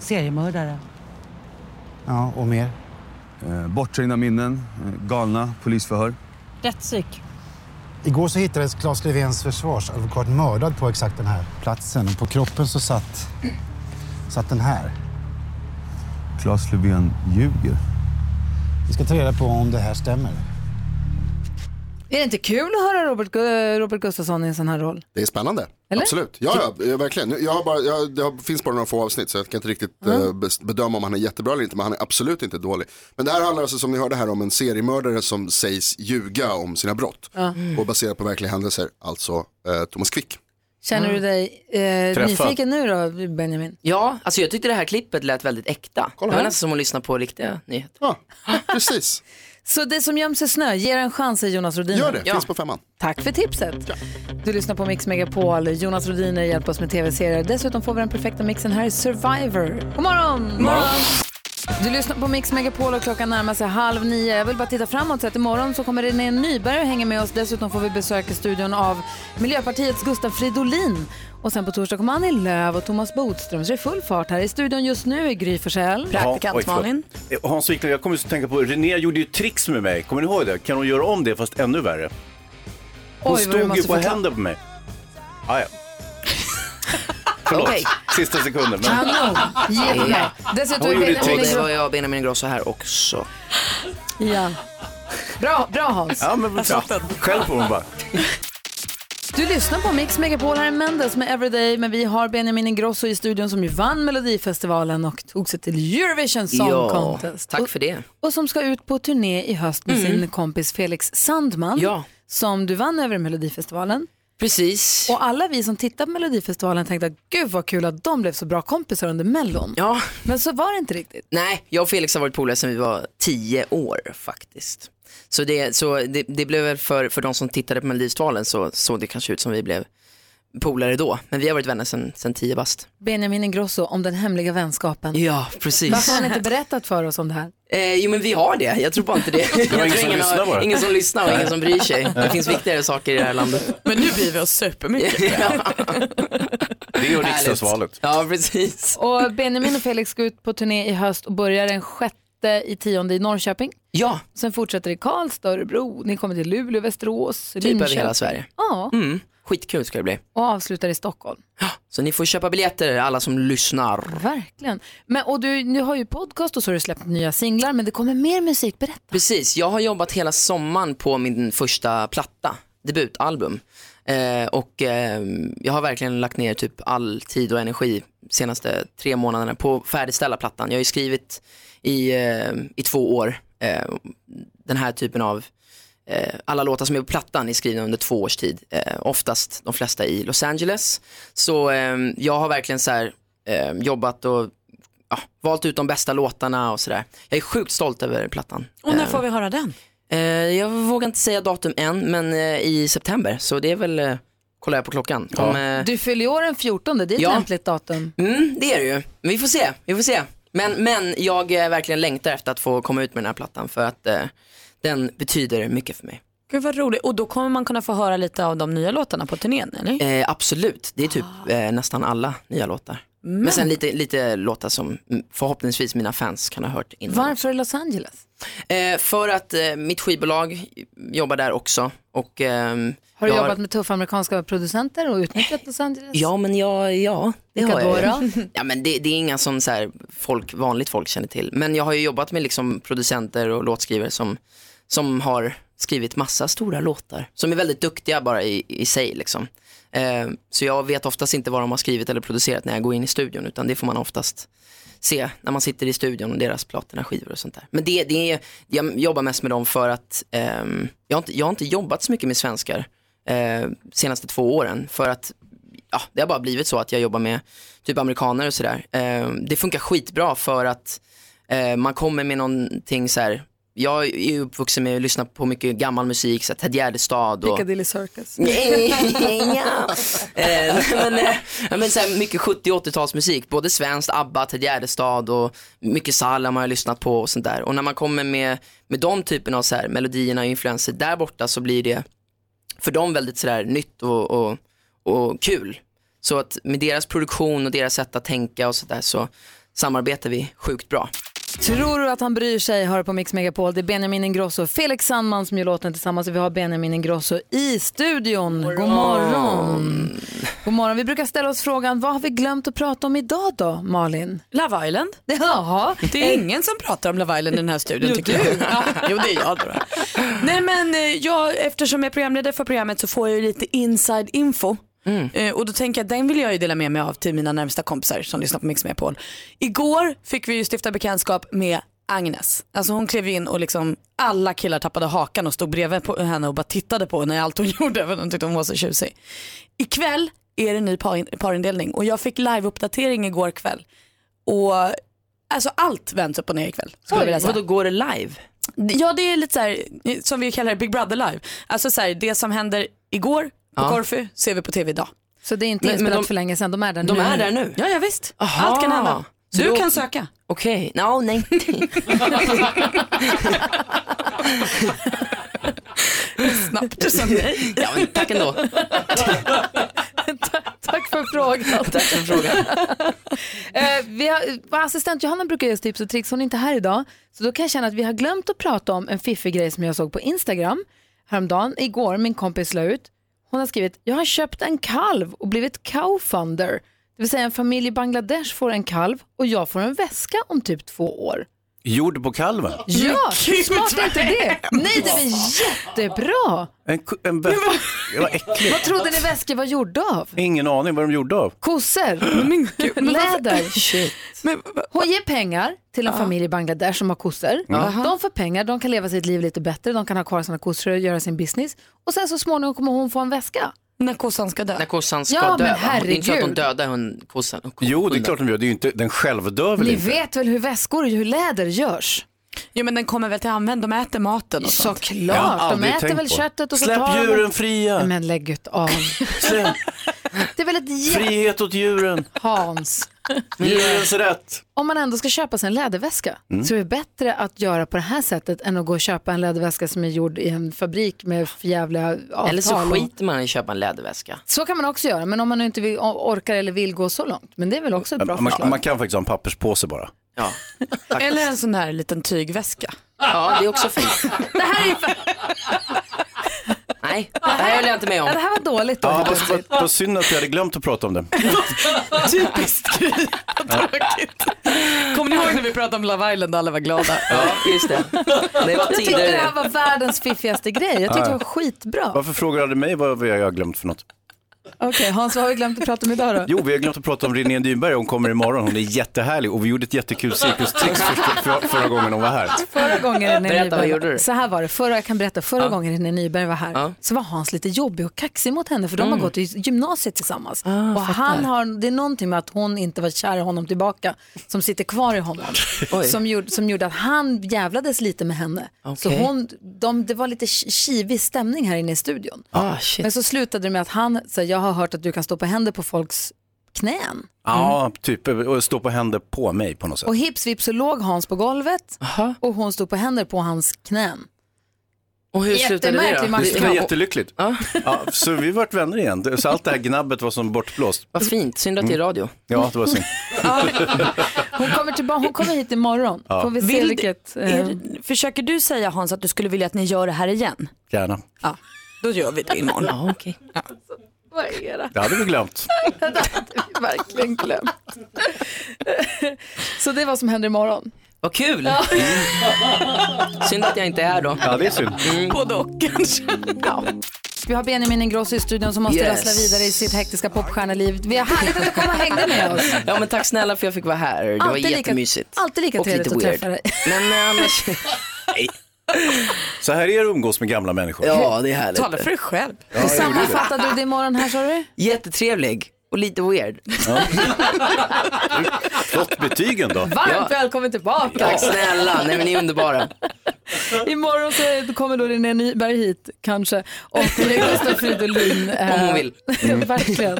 S25: Seriemördare.
S24: Ja, och mer?
S26: Bortträngda minnen, eh, galna polisförhör.
S25: Rättspsyk.
S24: Igår så hittades Claes Löfvens försvarsadvokat mördad på exakt den här platsen. Och på kroppen så satt, satt den här.
S26: Claes Löfven ljuger.
S24: Vi ska ta reda på om det här stämmer.
S1: Är det inte kul att höra Robert, Gu- eh, Robert Gustafsson i en sån här roll?
S9: Det är spännande.
S1: Eller?
S9: Absolut, ja, ja eh, verkligen. Nu- Jag har bara, jag, det har- finns bara några få avsnitt så jag kan inte riktigt eh, bes- bedöma om han är jättebra eller inte, men han är absolut inte dålig. Men det här handlar alltså som ni hörde här om en seriemördare som sägs ljuga om sina brott
S1: Ja.
S9: och baserat på verkliga händelser, alltså eh, Thomas Quick.
S1: Känner du dig eh,
S13: Träffad.
S1: nyfiken nu då Benjamin?
S13: Ja, alltså jag tyckte det här klippet lät väldigt äkta. det var nästan som att lyssna på riktiga nyheter.
S9: Ja, precis.
S1: Så det som göms i snö, ger en chans säger Jonas Rhodiner.
S9: Gör det, finns på femman.
S1: Tack för tipset. Du lyssnar på Mix Megapol. Jonas Rhodiner hjälper oss med tv-serier. Dessutom får vi den perfekta mixen här i Survivor. God morgon!
S22: morgon.
S1: Du lyssnar på Mix Megapol och klockan närmar sig halv nio. Jag vill bara titta framåt så att imorgon så kommer René Nyberg och hänger med oss. Dessutom får vi besök i studion av Miljöpartiets Gustav Fridolin. Och sen på torsdag kommer Annie Lööf och Thomas Bodström. Så det är full fart här. I studion just nu är Gry Forssell.
S2: oj, förlåt. Eh, Hans Wiklund, jag kommer att tänka på, René gjorde ju tricks med mig. Kommer ni ihåg det? Kan hon göra om det fast ännu värre? Hon
S1: Oj, vad du
S2: stod ju
S1: måste
S2: på
S1: förklara.
S2: händer på mig. Ah, ja. Förlåt,
S13: Okej.
S2: sista sekunden. Men...
S1: Jättebra.
S13: Ja.
S1: Dessutom
S13: Hon
S1: är
S13: gjorde
S1: Benjamin
S13: tricks.
S1: Ingrosso-
S13: Det var jag Benjamin Ingrosso här också.
S1: Ja. Bra, bra Hans.
S13: Ja, men
S2: bra. Själv får hon bara.
S1: Du lyssnar på Mix Megapol, här är Mendes med Everyday, men vi har Benjamin Ingrosso i studion som ju vann Melodifestivalen och tog sig till Eurovision Song
S13: Ja,
S1: Contest.
S13: tack
S1: Och-
S13: för det.
S1: Och som ska ut på turné i höst med
S13: Mm.
S1: sin kompis Felix Sandman,
S13: Ja.
S1: som du vann över i Melodifestivalen.
S13: Precis.
S1: Och alla vi som tittade på Melodifestivalen tänkte att gud vad kul att de blev så bra kompisar under Mellon.
S13: Ja.
S1: Men så var det inte riktigt.
S13: Nej, jag och Felix har varit polare sedan vi var tio år faktiskt. Så det, så det, det blev väl för, för de som tittade på Melodifestivalen så såg det kanske ut som vi blev polare då. Men vi har varit vänner sedan, sedan tio bast.
S1: Benjamin Ingrosso om den hemliga vänskapen.
S13: Ja, precis.
S1: Varför har han inte berättat för oss om det här?
S13: Eh, jo men vi har det, jag tror bara inte det. Jag tror
S1: ingen som
S13: ingen,
S1: lyssnar på
S13: har,
S1: det.
S13: ingen som lyssnar och ingen som bryr sig.
S2: Nej.
S13: Det finns viktigare saker i det här landet.
S18: Men nu bryr vi oss supermycket.
S2: Det är riksdagsvalet.
S13: Ja, precis.
S1: Och Benjamin och Felix ska ut på turné i höst och börjar den sjätte i tionde i Norrköping.
S13: Ja.
S1: Sen fortsätter det i Karlstad, Örebro, ni kommer till Luleå, Västerås,
S13: Typ över hela Sverige.
S1: Ja,
S13: Mm. Skitkul ska det bli.
S1: och avslutar i Stockholm.
S13: Så ni får köpa biljetter alla som lyssnar.
S1: Verkligen. Men, och du, du har ju podcast och så har du släppt nya singlar, men det kommer mer musik. Berätta.
S13: Precis, jag har jobbat hela sommaren på min första platta, debutalbum. Eh, och eh, jag har verkligen lagt ner typ all tid och energi senaste tre månaderna på att färdigställa plattan. Jag har ju skrivit i, eh, i två år eh, den här typen av Eh, alla låtar som är på plattan är skrivna under två års tid, eh, oftast de flesta i Los Angeles. Så eh, jag har verkligen så här, eh, jobbat och ja, valt ut de bästa låtarna och sådär. Jag är sjukt stolt över plattan.
S3: Och när får vi höra den?
S13: Eh, jag vågar inte säga datum än, men eh, i september, så det är väl, eh, kollar jag på klockan. Om, eh,
S1: Du fyller ju år den 14, det är ett
S13: Ja.
S1: lämpligt datum.
S13: Mm, det är det ju. Men Vi får se, vi får se. Men, men jag eh, verkligen längtar efter att få komma ut med den här plattan för att eh, den betyder mycket för mig.
S3: Gud vad roligt. Och då kommer man kunna få höra lite av de nya låtarna på turnén eller?
S13: Eh, absolut, det är typ eh, nästan alla nya låtar. Men,
S3: Men-
S13: sen lite, lite låtar som mm, förhoppningsvis mina fans kan ha hört innan.
S1: Varför Los Angeles?
S13: Eh, för att eh, mitt skivbolag jobbar där också. Och, ehm,
S1: Har du
S13: jag
S1: jobbat med tuffa amerikanska producenter och utnyttjat Los Angeles?
S13: Ja, men jag, ja, det
S1: Vilka
S13: har jag.
S1: då
S13: ju. Ja, men det, det är inga som så här folk, vanligt folk känner till. Men jag har ju jobbat med liksom producenter och låtskrivare som, som har skrivit massa stora låtar. Som är väldigt duktiga bara i, i sig. Liksom. Eh, så jag vet oftast inte vad de har skrivit eller producerat när jag går in i studion. Utan det får man oftast se när man sitter i studion och deras platina skivor och sånt där. Men det, det är, jag jobbar mest med dem för att ehm, jag, har inte, jag har inte jobbat så mycket med svenskar eh, senaste två åren. För att ja, det har bara blivit så att jag jobbar med typ amerikaner och sådär. Eh, det funkar skitbra för att eh, man kommer med någonting så här. Jag är ju uppvuxen med att lyssna på mycket gammal musik, så här Ted Gärdestad och
S27: Piccadilly Circus.
S13: Ja. Eh, men, eh, ja, men så här, mycket 70 och 80-talsmusik, både svenskt, ABBA, Ted Gärdestad och mycket Salem har jag lyssnat på och sånt där. Och när man kommer med, med de typen av så här, melodierna och influenser där borta så blir det för dem väldigt sådär nytt och, och, och kul. Så att med deras produktion och deras sätt att tänka och sådär så samarbetar vi sjukt bra.
S1: Tror du att han bryr sig? Hör på Mix Megapol. Det är Benjamin Ingrosso och Felix Sandman som gör låten tillsammans. Vi har Benjamin Ingrosso i studion. God morgon. God morgon. Vi brukar ställa oss frågan, vad har vi glömt att prata om idag då, Malin?
S3: Love Island.
S1: Jaha.
S3: Det är ingen som pratar om Love Island i den här studion tycker jag. Jo det är jag då. Nej men eh, jag, eftersom jag är programledare för programmet så får jag ju lite inside info. Eh, Och då tänker jag den vill jag ju dela med mig av till mina närmsta kompisar som lyssnar på Mix Megapol. Igår fick vi ju stifta bekantskap med Agnes. Alltså hon klev in och liksom alla killar tappade hakan och stod bredvid på henne och bara tittade på henne i allt hon gjorde för de tyckte hon var så tjusig. Ikväll är det ny par- parindelning och jag fick live-uppdatering igår kväll. Och alltså allt vänds upp och ner ikväll. Skulle jag vilja säga.
S13: Vadå, går det live?
S3: Ja det är lite så här, som vi kallar det, Big Brother live. Alltså så här, det som händer igår på
S1: Ja.
S3: Korfu ser vi på tv idag.
S1: Så det är inte
S3: Men- men
S1: inspelat
S3: de-
S1: för länge sedan, de är där
S3: De
S1: nu.
S3: är där nu? Ja, ja visst. Allt kan hända.
S13: Så
S18: Du
S13: då-
S18: kan söka.
S13: Okej, okay. nej.
S1: Snabbt
S13: du sa nej. Ja, men tack ändå.
S1: Tack för frågan. Tack
S13: för frågan.
S1: Eh, vi har, vår assistent Johanna brukar ge oss tips och tricks. Hon är inte här idag. Så då kan jag känna att vi har glömt att prata om en fiffig grej som jag såg på Instagram häromdagen. Igår, min kompis la ut. Hon har skrivit, jag har köpt en kalv och blivit cowfunder. Det vill säga en familj i Bangladesh får en kalv och jag får en väska om typ två år.
S2: Jord på kalven?
S1: Ja, hur smart är inte det? Nej, det är jättebra.
S2: En, ku- en vä- det var äckligt.
S1: Vad trodde ni väskor var gjorda av?
S2: Ingen aning vad de gjorde av.
S1: Kossor,
S2: men varför-
S1: läder. Hon ger pengar till en familj i Bangladesh som har kossor.
S2: Ja.
S1: De får pengar, de kan leva sitt liv lite bättre, de kan ha kvar sina kossor och göra sin business. Och sen så småningom kommer hon få en väska.
S3: När kossan ska dö.
S13: När kossan ska
S1: Ja,
S13: dö.
S1: men
S13: va? Det är inte så att de
S1: herregud.
S13: dödar hon, kossan.
S2: Jo, det är klart de gör. Det är ju inte, den självdör väl
S1: Ni
S2: inte?
S1: vet väl hur väskor och hur läder görs?
S3: Jo men den kommer väl till användning, de äter maten och sånt.
S1: Såklart,
S2: Jag har
S1: de
S2: aldrig
S1: äter
S2: tänkt
S1: väl
S2: på.
S1: köttet och så
S2: Släpp
S1: tar de-
S2: djuren fria.
S1: Men lägg ut av. det är väl ett jätte...
S2: Frihet åt djuren.
S1: Hans.
S2: Djurens rätt. Mm.
S1: Om man ändå ska köpa sig en läderväska så är det bättre att göra på det här sättet än att gå och köpa en läderväska som är gjord i en fabrik med förjävliga avtal.
S13: Eller så
S1: och-
S13: skiter man i att köpa en läderväska.
S1: Så kan man också göra, men om man nu inte vill, orkar eller vill gå så långt. Men det är väl också ett bra
S2: Man,
S1: förslag.
S2: man kan faktiskt ha en papperspåse bara.
S13: Ja.
S3: Eller en sån här liten tygväska.
S13: Ja, det är också fint. Nej, det här höll jag inte med om.
S1: Ja, det här var dåligt då.
S2: Ja,
S1: helt
S2: vad, vad,
S1: plötsligt.
S2: vad synd att vi hade glömt att prata om det.
S18: Typiskt Gry. Vad tråkigt. Kommer ni ihåg när vi pratade om Love Island och alla var glada?
S13: Ja, just det. Det var
S1: Jag tyckte
S13: tidigare.
S1: det här var världens fiffigaste grej. Jag tyckte det var
S2: Ja.
S1: skitbra.
S2: Varför frågar du mig vad vi har glömt för något?
S1: Okej, Hans, vad har vi glömt att prata om idag då?
S2: Jo, vi har glömt att prata om Renée Nyberg. Hon kommer imorgon. Hon är jättehärlig och vi gjorde ett jättekul cirkustrix för, för, förra gången hon var här.
S1: Förra gången René
S2: Berätta, vad
S1: Nyberg,
S2: gjorde du?
S1: så här var det, förra, jag kan berätta, förra
S2: Ja.
S1: gången René Nyberg var här så var Hans lite jobbig och kaxig mot henne för de
S3: Mm.
S1: har gått i gymnasiet tillsammans. och han har, det är någonting med att hon inte var kär i honom tillbaka som sitter kvar i honom.
S3: Oj.
S1: som, gjorde, som gjorde att han jävlades lite med henne. Så
S3: Okej.
S1: hon, de, det var lite ki- kivig stämning här inne i studion.
S13: Ah, shit.
S1: Men så slutade det med att han, så här, jag har hört att du kan stå på händer på folks knän.
S2: Ja, typ. Och stå på händer på mig på något sätt.
S1: Och hips vips så låg Hans på golvet och hon stod på händer på hans knän.
S13: Och hur slutade det då?
S1: Jättemärklig
S2: Det
S1: matchkamp.
S2: slutade jättelyckligt. Ja, så vi vart vänner igen. Så allt det här gnabbet var som bortblåst.
S13: Vad fint, synd att det är radio.
S2: Ja, det var synd.
S1: Hon kommer, tillbaka, hon kommer hit imorgon.
S2: Ja.
S1: Får vi se
S3: Vill-
S1: vilket... eh,
S3: Är, försöker du säga Hans att du skulle vilja att ni gör det här igen?
S2: Gärna.
S3: Ja, då gör vi det imorgon.
S13: ja, okay.
S1: Vad är det?
S2: Det hade vi glömt.
S1: Verkligen glömt. Så det är vad som händer imorgon.
S13: Vad kul! Synd att jag inte är här då.
S2: Ja, det är synd.
S13: Både och kanske.
S1: Vi har Benjamin Ingrosso i studion som måste
S13: Yes.
S1: rassla vidare i sitt hektiska popstjärneliv. Vi har härligt att du kom och hängde med oss.
S13: Ja, men tack snälla för jag fick vara här. Det var
S1: Alltid lika-
S13: jättemysigt.
S1: alltid lika
S13: Och lite
S1: trevligt att
S13: weird.
S1: träffa dig.
S13: Men eh, annars...
S2: Så här är det att umgås med gamla människor.
S13: Ja, det är härligt.
S3: Tala för dig själv.
S2: Ja, jag gjorde det.
S1: Sammanfattade du det imorgon här sa du?
S13: Jättetrevlig och lite weird.
S2: Flott betyg ändå.
S1: Varmt välkommen tillbaka.
S13: Tack snälla, nej men ni är underbara.
S1: Imorgon så kommer då René Nyberg hit kanske och Gustav Fridolin. eh,
S13: Om hon vill. Mm.
S1: Verkligen.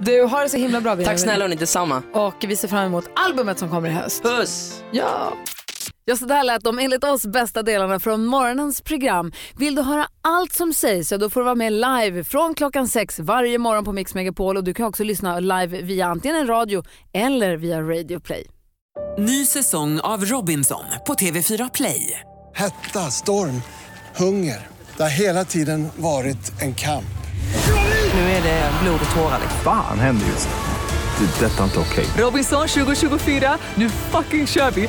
S1: Du, har det så himla bra Benjamin.
S13: Tack snälla och ni detsamma.
S1: Och vi ser fram emot albumet som kommer i höst.
S13: Puss!
S1: Ja. Ja, så där lät de enligt oss bästa delarna från morgonens program. Vill du höra allt som sägs så då får du vara med live från klockan sex varje morgon på Mix Megapol och du kan också lyssna live via antingen en radio eller via Radio Play.
S28: Ny säsong av Robinson på TV4 Play.
S4: Hetta, storm, hunger. Det har hela tiden varit en kamp.
S28: Nu är det blod och tårar. liksom.
S26: Fan händer just det. Det är detta inte okej.
S28: Robinson 2024, nu fucking kör vi!